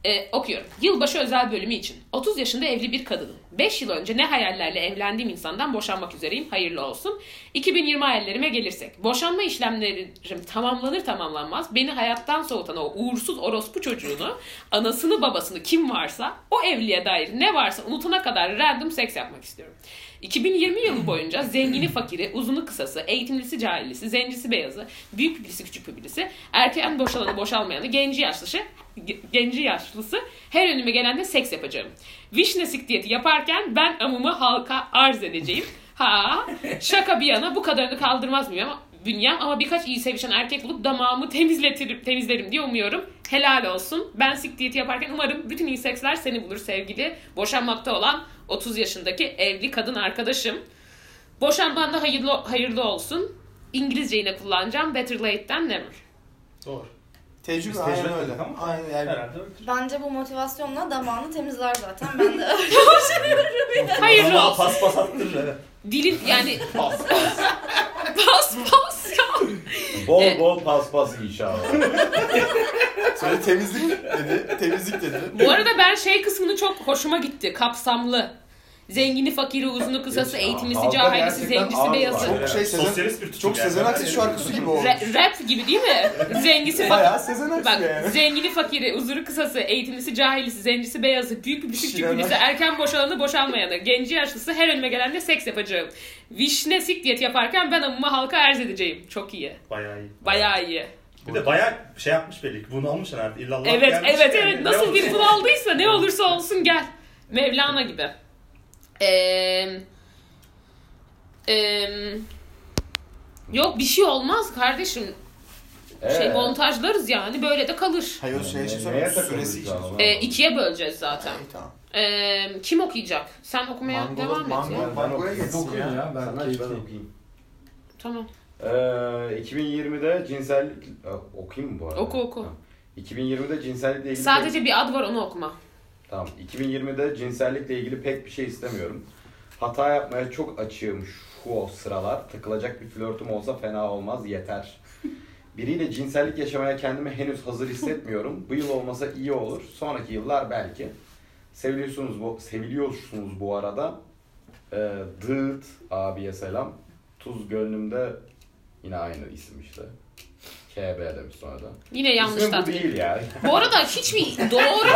Ee, okuyorum. Yılbaşı özel bölümü için. 30 yaşında evli bir kadınım. 5 yıl önce ne hayallerle evlendiğim insandan boşanmak üzereyim. Hayırlı olsun. 2020 hayallerime gelirsek. Boşanma işlemlerim tamamlanır tamamlanmaz beni hayattan soğutan o uğursuz orospu çocuğunu, anasını babasını kim varsa o evliliğe dair ne varsa unutana kadar random seks yapmak istiyorum. 2020 yılı boyunca zengini fakiri, uzunu kısası, eğitimlisi cahillisi, zencisi beyazı, büyük birisi küçük birisi, erken boşalanı boşalmayanı, genci yaşlısı, ge- genci yaşlısı her önüme gelende seks yapacağım. Vişne sik diyeti yaparken ben amımı halka arz edeceğim. Ha şaka bir yana bu kadarını kaldırmaz mıyım ama bünyem ama birkaç iyi sevişen erkek bulup damağımı temizletirim, temizlerim diye umuyorum. Helal olsun. Ben sik diyeti yaparken umarım bütün iyi seksler seni bulur sevgili boşanmakta olan 30 yaşındaki evli kadın arkadaşım. Boşanman da hayırlı, hayırlı olsun. İngilizce yine kullanacağım. Better late than never.
Doğru.
Tecrübe
Biz
aynen
tecrübe
öyle.
ettik ama
Aynen yani
Herhalde öyle.
Bence bu motivasyonla damağını temizler zaten. Ben de öyle
Hayırlı
Ama
olsun.
pas pas attırır evet.
Dilin yani pas pas ya.
Bol bol pas pas inşallah.
Sonra temizlik dedi, temizlik dedi.
Bu arada ben şey kısmını çok hoşuma gitti. Kapsamlı. Zengini, fakiri, uzunu, kısası,
Ya,
eğitimlisi,
halka
cahilisi,
gerçekten
zencisi,
ağır
beyazı.
var.
Çok şey Sezen,
Sosyalist bir tip
çok
yani.
Sezen Aksu şarkısı gibi oldu.
Ra- rap gibi değil mi? Zengisi,
Bayağı
fakiri.
Sezen Aksu
Bak
yani.
zengini fakiri, uzuru kısası, eğitimlisi cahilisi, zencisi beyazı, büyük bir küçük
Şileler.
cübülisi, erken boşalanı boşanmayanı, genci yaşlısı her önüme gelenle seks yapacağım. Vişne sik diyet yaparken ben amımı halka arz edeceğim. Çok iyi.
Bayağı iyi.
Bayağı iyi.
Bir de bayağı şey yapmış belli ki. Bunu almış herhalde. İllallah
Evet
gelmiş.
evet
şey,
Yani
evet
ne
nasıl
olmuş?
bir pul aldıysa ne olursa olsun gel. Mevlana gibi. Eee... eee, yok bir şey olmaz kardeşim. Şey
Ee,
montajlarız yani böyle de kalır.
Hayır o şey şey
neye
sonra
takıldık
süresi için.
ya?
Tamam.
Eee, ikiye böleceğiz zaten.
Tamam.
Eee, kim okuyacak? Sen okumaya
Mangola-
devam et ya.
mango- Bangoya geçsin
Dokun
ya.
ya ben
Sana ben
keyifliyim.
okuyayım.
Tamam.
Ee, 2020'de cinsellik... Aa, Okuyayım mı bu arada?
Oku, oku.
Ha. 2020'de cinsellikle ilgili...
Sadece bir ad var onu okuma.
Tamam. 2020'de cinsellikle ilgili pek bir şey istemiyorum. Hata yapmaya çok açığım şu o sıralar. Takılacak bir flörtüm olsa fena olmaz yeter. Biriyle cinsellik yaşamaya kendimi henüz hazır hissetmiyorum. Bu yıl olmasa iyi olur. Sonraki yıllar belki. Seviliyorsunuz bu, seviliyorsunuz bu arada. Ee, Dıt abiye selam. Tuz gönlümde yine aynı isim işte. KB demiş sonra da.
Yine yanlış
İsmim bu
tatmin.
değil yani.
Bu arada hiç mi doğru?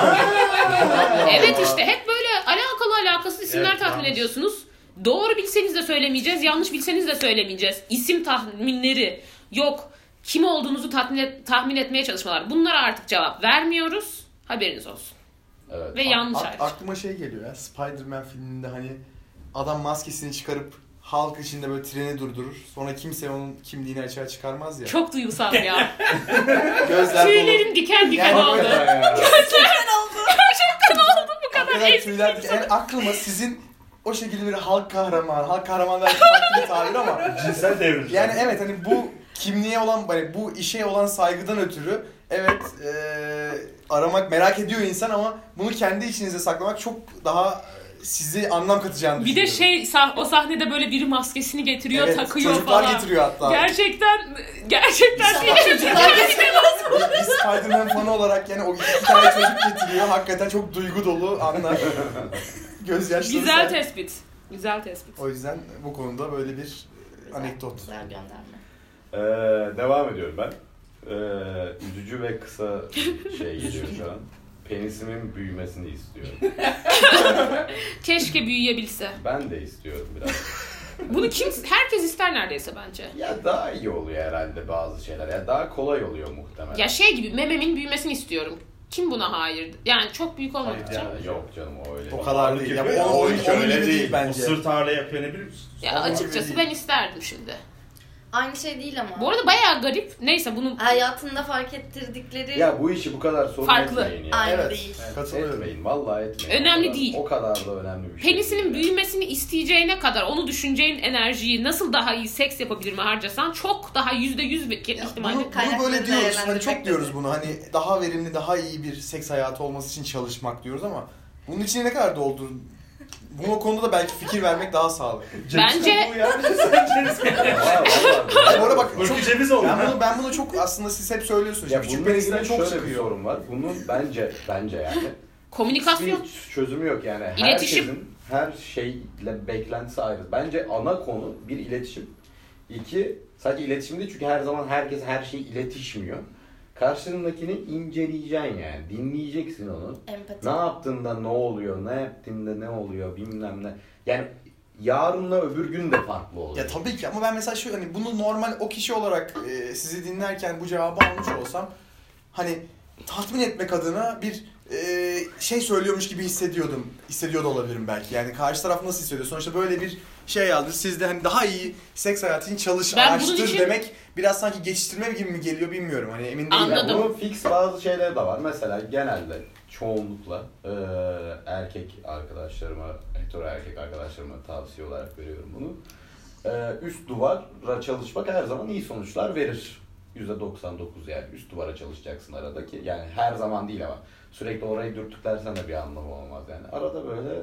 evet işte hep böyle alakalı alakasız isimler
Evet,
tahmin
yanlış.
ediyorsunuz. Doğru bilseniz de söylemeyeceğiz, yanlış bilseniz de söylemeyeceğiz. İsim tahminleri yok. Kim olduğunuzu tahmin, et- tahmin etmeye çalışmalar. Bunlara artık cevap vermiyoruz. Haberiniz olsun.
Evet.
Ve yanlış
A-
ayrıca.
aklıma şey geliyor ya Spider-Man filminde hani adam maskesini çıkarıp halk içinde böyle treni durdurur. Sonra kimse onun kimliğini açığa çıkarmaz ya.
Çok duygusal ya.
Gözler dolu.
Tüylerim diken diken
Yani
oldu.
böyle-
Ya.
O kadar tüyler yani aklıma sizin o şekilde bir halk kahramanı, halk kahramanı belki farklı bir tabir ama
Cinsel devrim.
yani evet hani bu kimliğe olan hani bu işe olan saygıdan ötürü evet eee, aramak merak ediyor insan ama bunu kendi içinizde saklamak çok daha e, sizi anlam katacağını
Bir de
düşünüyorum.
şey sah- o sahnede böyle biri maskesini getiriyor,
Evet,
takıyor
çocuklar
falan.
getiriyor hatta.
Gerçekten gerçekten
Çocuklar getiriyor. Biz Spider-Man fanı olarak yani o iki tane çocuk getiriyor. Hakikaten çok duygu dolu anlar. Gözyaşları.
güzel
ser-
tespit. Güzel tespit.
O yüzden bu konuda böyle bir e, anekdot.
güzel gönderme.
Ee, devam ediyorum ben. Ee, üzücü ve kısa şey geliyor şu an. Penisimin büyümesini istiyorum.
Keşke büyüyebilse.
Ben de istiyorum biraz.
Bunu kim herkes ister neredeyse bence.
Ya daha iyi oluyor herhalde bazı şeyler. Ya daha kolay oluyor muhtemelen.
Ya şey gibi mememin büyümesini istiyorum. Kim buna hayır? Yani çok büyük
Ya
olmadık canım.
yok canım o öyle.
O kadar değil. Ya, bu
O
onun,
iş
onun
öyle
gibi
değil.
değil
O
bence.
sırt ağrı yapıyor ne biliyor musun?
Ya açıkçası ben isterdim şimdi.
Aynı şey değil ama.
Bu arada bayağı garip. Neyse bunu
Hayatında fark ettirdikleri
Ya bu işi bu kadar sorun
Farklı.
etmeyin ya.
aynı
Evet.
değil.
Evet,
Katılıyorum.
Etmeyin vallahi etmeyin.
Önemli
O kadar-
değil.
O kadar da önemli bir şey.
penisinin
değil.
büyümesini isteyeceğine kadar onu düşüneceğin enerjiyi nasıl daha iyi seks yapabilirime harcasan çok daha yüzde yüz bir ke- ihtimalle.
Bunu, bunu böyle
kaynaklarını
diyoruz. Hani çok
değerlendirmek
diyoruz
dedi.
bunu. Hani daha verimli, daha iyi bir seks hayatı olması için çalışmak diyoruz ama bunun içine ne kadar doldur? Bu o konuda da belki fikir vermek daha sağlıklı.
Bence-
Bu ya. Sen ceviz kokuyor.
Var, var, var.
Yani bu arada bak çok
Çok ceviz oldu.
ben bunu, ben bunu çok aslında siz hep söylüyorsunuz.
Ya
Küçük
bununla
penisler
ilgili
çok
şöyle bir
sıkıyor.
sorun var. Bunun bence bence yani.
Komünikasyon.
Hiçbir çözümü yok yani.
İletişim.
Herkesin her şeyle beklentisi ayrı. Bence ana konu bir iletişim. İki, sadece iletişim değil çünkü her zaman herkes her şeyi iletişmiyor. Karşındakini inceleyeceksin yani. Dinleyeceksin onu.
Empati.
Ne yaptığında ne oluyor, ne yaptığında ne oluyor bilmem ne. Yani yarınla öbür gün de farklı oluyor.
Ya tabii ki ama ben mesela şu hani bunu normal o kişi olarak e, sizi dinlerken bu cevabı almış olsam hani tatmin etmek adına bir e, şey söylüyormuş gibi hissediyordum. Hissediyor da olabilirim belki. Yani karşı taraf nasıl hissediyor? Sonuçta böyle bir şey yazmış. Siz de hani daha iyi seks hayatını çalış,
Ben bunun
araştır
için-
demek biraz sanki geçiştirme gibi mi geliyor bilmiyorum. Hani emin değilim.
Anladım.
Ya bunun fix bazı şeyler de var. Mesela genelde çoğunlukla eee, erkek arkadaşlarıma, hetero erkek arkadaşlarıma tavsiye olarak veriyorum bunu. Eee, üst duvara çalışmak her zaman iyi sonuçlar verir. %99 yani üst duvara çalışacaksın aradaki. Yani her zaman değil ama sürekli orayı dürtüklersen de bir anlamı olmaz yani. Arada böyle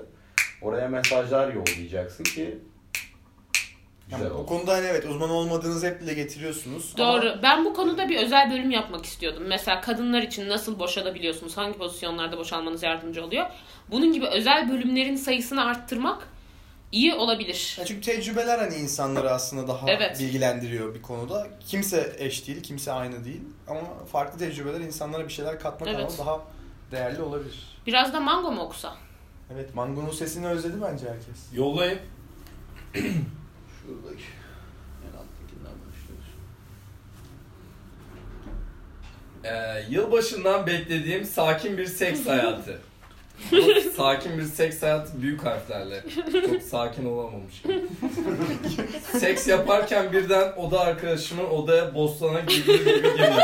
oraya mesajlar yollayacaksın ki
Yani
güzel
bu
olsun.
konuda hani evet uzman olmadığınızı hep dile getiriyorsunuz. ama-
Doğru. Ben bu konuda bir özel bölüm yapmak istiyordum. Mesela kadınlar için nasıl boşalabiliyorsunuz? Hangi pozisyonlarda boşalmanız yardımcı oluyor? Bunun gibi özel bölümlerin sayısını arttırmak iyi olabilir.
Ya çünkü tecrübeler hani insanları aslında daha
Evet.
bilgilendiriyor bir konuda. Kimse eş değil, kimse aynı değil. Ama farklı tecrübeler insanlara bir şeyler katmak
Evet.
ama daha değerli olabilir.
Biraz da mango mu okusa?
Evet, Mango'nun sesini özledi bence herkes.
Yollayın.
Şuradaki en alttakinden başlıyoruz.
Ee, yılbaşından beklediğim sakin bir seks hayatı. Bu sakin bir seks hayatı büyük harflerle. Çok sakin olamamış. seks yaparken birden oda arkadaşımın odaya bostana girdiği gibi geliyor.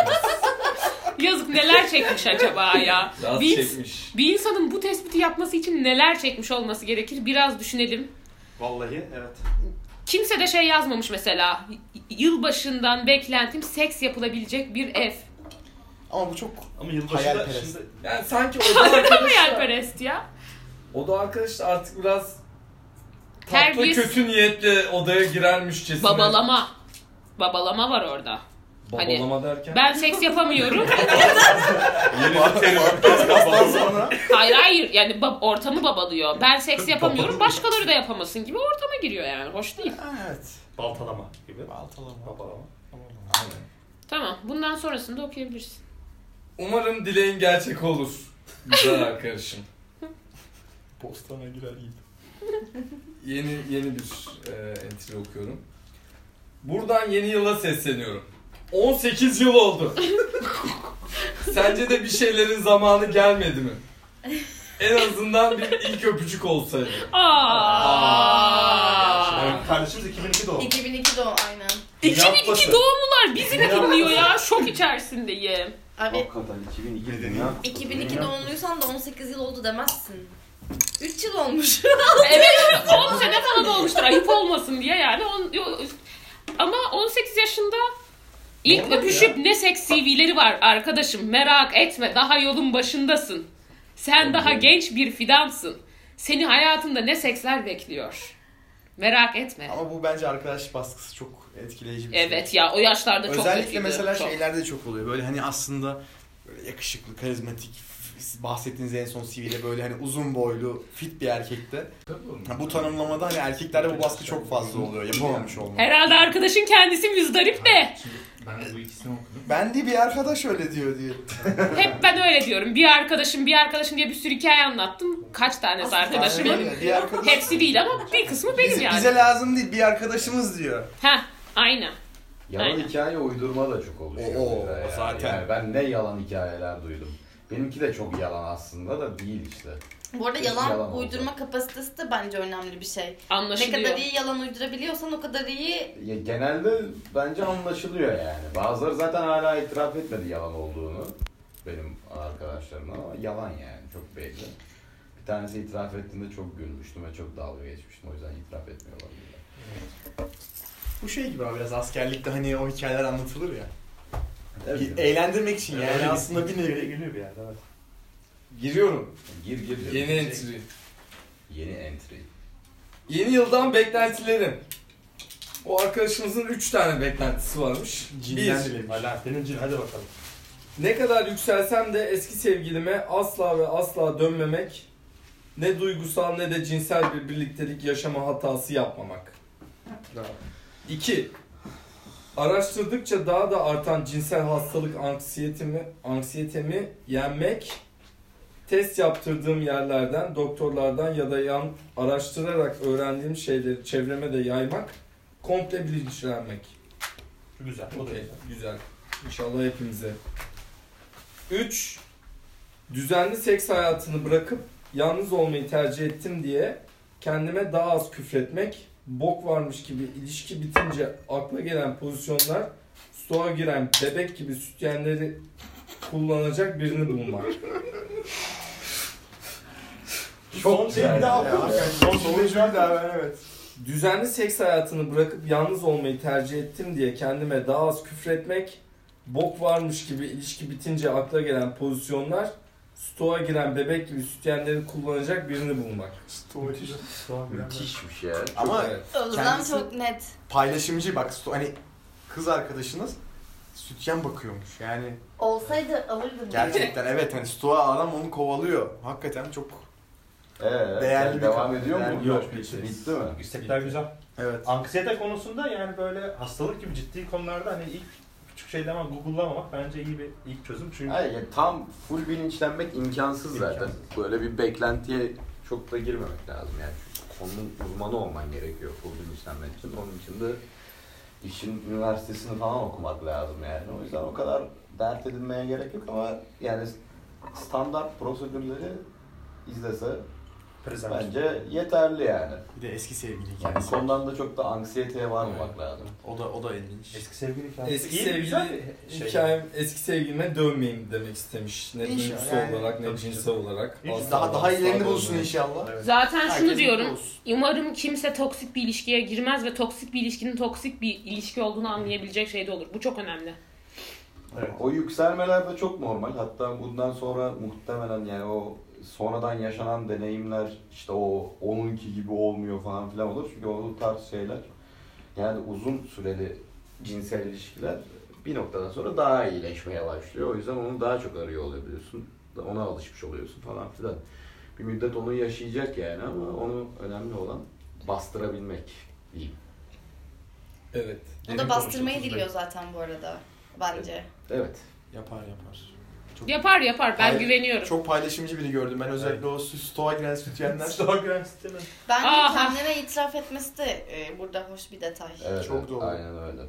Yazık neler çekmiş acaba ya?
Rahat
Bir-
çekmiş.
Bir insanın bu tespiti yapması için neler çekmiş olması gerekir? Biraz düşünelim.
Vallahi evet.
Kimse de şey yazmamış mesela. Y- Yılbaşından beklentim seks yapılabilecek bir ev.
Ama bu çok
Ama yılbaşında
Hayalperest.
şimdi
Yani sanki oda arkadaşı.
Hayalperest ya.
oda arkadaşı da artık biraz tatlı
Terbiyesiz.
kötü niyetle odaya girermişçesine.
Babalama. Babalama var orada.
Babalama derken.
Ben seks yapamıyorum.
Ondan sonra
hayır hayır yani bab- ortamı babalıyor. Ben seks yapamıyorum başkaları da yapamasın gibi ortama giriyor yani. Hoş değil.
evet.
baltalama gibi.
Baltalama.
Baltalama.
Tamam bundan sonrasını da okuyabilirsin.
Umarım dileğin gerçek olur. Güzel arkadaşım.
Postana girer gibi.
Yeni yeni bir e, entry okuyorum. Buradan yeni yıla sesleniyorum. 18 yıl oldu. Sence de bir şeylerin zamanı gelmedi mi? En azından bir ilk öpücük olsaydı.
Aa.
Ee,
Yani kardeşimiz 2002 doğumlu.
2002 doğum aynen.
2002 doğumlular bizi mi dinliyor ya? Şok içerisindeyim.
Abi
Hakikaten 2002 dünya.
2002 doğumluysan da 18 yıl oldu demezsin. 3 yıl olmuş.
Evet 10 sene falan olmuştur ayıp olmasın diye yani. On, yo- ama 18 yaşında ilk öpüşüp ne seks CV'leri var arkadaşım merak etme daha yolun başındasın. Sen daha genç bir fidansın. Seni hayatında ne seksler bekliyor. Merak etme.
Ama bu bence arkadaş baskısı çok etkileyici bir şey.
Evet ya o yaşlarda çok
Özellikle
kötüydü,
mesela
çok.
şeylerde de çok oluyor. Böyle hani aslında böyle yakışıklı, karizmatik, siz bahsettiğiniz en son CV'de böyle hani uzun boylu, fit bir erkekte. Ha, bu tanımlamada hani erkeklerde bu baskı çok fazla oluyor. Yapamamış olma.
Herhalde arkadaşın kendisi müzdarip de.
Ben de bu ikisini okudum.
Ben de bir arkadaş öyle diyor diye.
Hep ben öyle diyorum. Bir arkadaşım bir arkadaşım diye bir sürü hikaye anlattım. Kaç tanesi arkadaşım
Aynen
benim.
öyle. Bir arkadaş.
Hepsi değil ama bir kısmı benim
Bize,
yani.
bize lazım değil bir arkadaşımız diyor.
Heh, aynen.
Yalan
Aynen.
hikaye uydurma da çok oluyor.
Oo,
bizde yani.
zaten.
Yani ben ne yalan hikayeler duydum. Benimki de çok yalan aslında da değil işte.
Bu arada
Kesin
yalan,
yalan oldu.
uydurma kapasitesi de bence önemli bir şey.
Anlaşılıyor.
Ne kadar iyi yalan uydurabiliyorsan o kadar iyi
Ya genelde bence anlaşılıyor yani. Bazıları zaten hala itiraf etmedi yalan olduğunu. Benim arkadaşlarım ama yalan yani çok belli. Bir tanesi itiraf ettiğinde çok gülmüştüm ve çok dalga geçmiştim. O yüzden itiraf etmiyor olabilir.
Bu şey gibi abi biraz askerlikte hani o hikayeler anlatılır ya.
Evet.
Eğlendirmek için yani
Yani
aslında
aslında bir nevi gülüyor bir yerde. Evet.
Giriyorum.
E-
Gir gir. dedim.
Yeni entry.
Yeni entry.
Yeni yıldan beklentilerim. O arkadaşımızın 3 tane beklentisi varmış.
Cinden
Bir,
dilemiş.
Alaaddin'in cin hadi bakalım.
ne kadar yükselsem de eski sevgilime asla ve asla dönmemek, ne duygusal ne de cinsel bir birliktelik yaşama hatası yapmamak.
Bravo.
2. Araştırdıkça daha da artan cinsel hastalık anksiyetemi, anksiyetemi yenmek, test yaptırdığım yerlerden, doktorlardan ya da yan araştırarak öğrendiğim şeyleri çevreme de yaymak, komple bilinçlenmek.
Güzel. O da
Okey,
güzel.
güzel. İnşallah hepimize. 3. Düzenli seks hayatını bırakıp yalnız olmayı tercih ettim diye kendime daha az küfretmek, bok varmış gibi ilişki bitince akla gelen pozisyonlar, stoğa giren bebek gibi sütyenleri kullanacak birini bulmak.
Son şeyi bir daha okur musun? Son soruyu
Sonucu da ben evet.
Düzenli seks hayatını bırakıp yalnız olmayı tercih ettim diye kendime daha az küfretmek, bok varmış gibi ilişki bitince akla gelen pozisyonlar, stoğa giren bebek gibi sütyenleri kullanacak birini bulmak.
Müthişmiş ya.
Ama
Evet.
Özlem
Kendisi-
çok net.
paylaşımcı bak sto- hani kız arkadaşınız sütyen bakıyormuş yani.
Olsaydı alırdım.
Gerçekten evet hani stoğa adam onu kovalıyor. Hakikaten çok
Ee,
Değerli
sen
bir
devam
kadın.
ediyor mu?
Değerli
Yok,
bitti.
bitti.
Bitti mi?
İstekler güzel.
evet.
Anksiyete konusunda yani böyle hastalık gibi ciddi konularda hani ilk küçük şeyleri ama Google'lamamak bence iyi bir ilk çözüm. Çünkü
Hayır ya tam full bilinçlenmek imkansız zaten.
İmkansız.
Böyle bir beklentiye çok da girmemek lazım yani. Çünkü konunun uzmanı olman gerekiyor full bilinçlenmek için. Onun için de işin üniversitesini falan okumak lazım yani. O yüzden o kadar dert edinmeye gerek yok ama yani standart prosedürleri izlese
prezent.
bence yeterli yani.
Bir de eski sevgili
Yani
hikayesi.
konudan da çok da anksiyeteye varmamak lazım.
O da o da ilginç.
Eski sevgili falan.
Eski
İyi,
sevgili
güzel bir şey.
hikayem eski sevgilime dönmeyeyim demek istemiş. Ne
İnşallah.
duygusal olarak ne
Tabii ki.
cinsel olarak.
Hiç
Asla
Daha daha
asla
ilerini bulsun
dönmemek.
inşallah.
Evet.
Zaten
Herkes
şunu
mutlu
diyorum.
olsun.
Umarım kimse toksik bir ilişkiye girmez ve toksik bir ilişkinin toksik bir ilişki olduğunu anlayabilecek şeyde olur. Bu çok önemli.
Evet.
O yükselmeler de çok normal. Hatta bundan sonra muhtemelen yani o sonradan yaşanan deneyimler işte o 12 gibi olmuyor falan filan olur. Çünkü o tarz şeyler yani uzun süreli cinsel ilişkiler bir noktadan sonra daha iyileşmeye başlıyor. O yüzden onu daha çok arıyor olabiliyorsun. Ona alışmış oluyorsun falan filan. Bir müddet onu yaşayacak yani ama onu önemli olan bastırabilmek diyeyim.
Evet.
O
Derin
da bastırmayı
konuştuk.
diliyor zaten bu arada. Bence.
Evet.
Yapar yapar.
Yapar yapar. Ben
Hayır,
güveniyorum.
Çok paylaşımcı biri gördüm. Ben özellikle o sü- stoğa giren sütyenler
Instagram sistemi.
Bence
Aha.
kendine itiraf etmesi de e, burada hoş bir detay.
evet
Çok
evet,
doğru.
Aynen öyle. Yani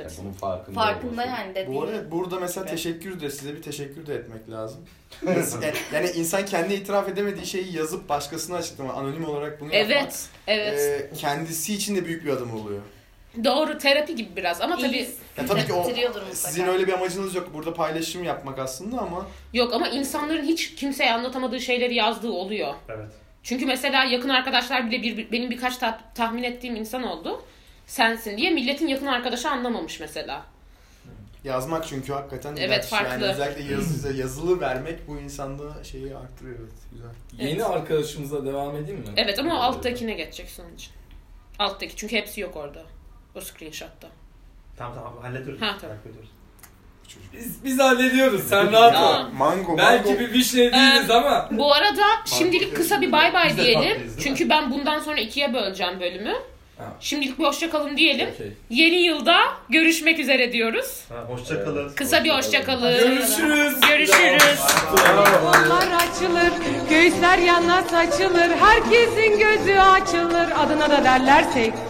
Evet.
bunun farkında,
Farkında
olması.
yani
Bu
dediğin.
arada burada mesela
Evet.
teşekkür de size bir teşekkür de etmek lazım. Yani- yani insan kendi itiraf edemediği şeyi yazıp başkasına açıklama anonim olarak bunu yapmak
Evet. Evet.
e, kendisi için de büyük bir adım oluyor.
Doğru terapi gibi biraz ama tabii
Ya tabii ki o
Hissettiriyordur mutlaka.
sizin öyle bir amacınız yok. Burada paylaşım yapmak aslında ama
yok ama insanların hiç kimseye anlatamadığı şeyleri yazdığı oluyor.
Evet.
Çünkü mesela yakın arkadaşlar bile bir, bir- benim birkaç ta- tahmin ettiğim insan oldu. Sensin diye milletin yakın arkadaşı anlamamış mesela.
yazmak çünkü hakikaten
Evet,
ilaç.
farklı.
Yani özellikle yazı, yazılı vermek bu insanda şeyi arttırıyor evet güzel.
Yeni arkadaşımıza devam edeyim mi?
Evet ama o alttakine geçecek onun için. Alttaki çünkü hepsi yok orada. O screenshot'ta.
Tamam tamam hallediyoruz.
Ha,
Takip ediyoruz.
Biz, biz hallediyoruz. Sen rahat
Ya.
ol.
Mango
Belki
mango.
bir vişne değiliz
Ee,
ama.
Bu arada şimdilik kısa bir bay bay
Biz de
diyelim.
farklıyız, değil mi?
Çünkü ben bundan sonra ikiye böleceğim bölümü.
Ha.
Şimdilik bir hoşça kalın diyelim.
Okey.
Yeni yılda görüşmek üzere diyoruz.
Ha, hoşça kalın.
Kısa bir hoşça kalın.
Görüşürüz.
Görüşürüz.
Kollar açılır, göğüsler yana saçılır, herkesin gözü açılır. Adına da derler seksi.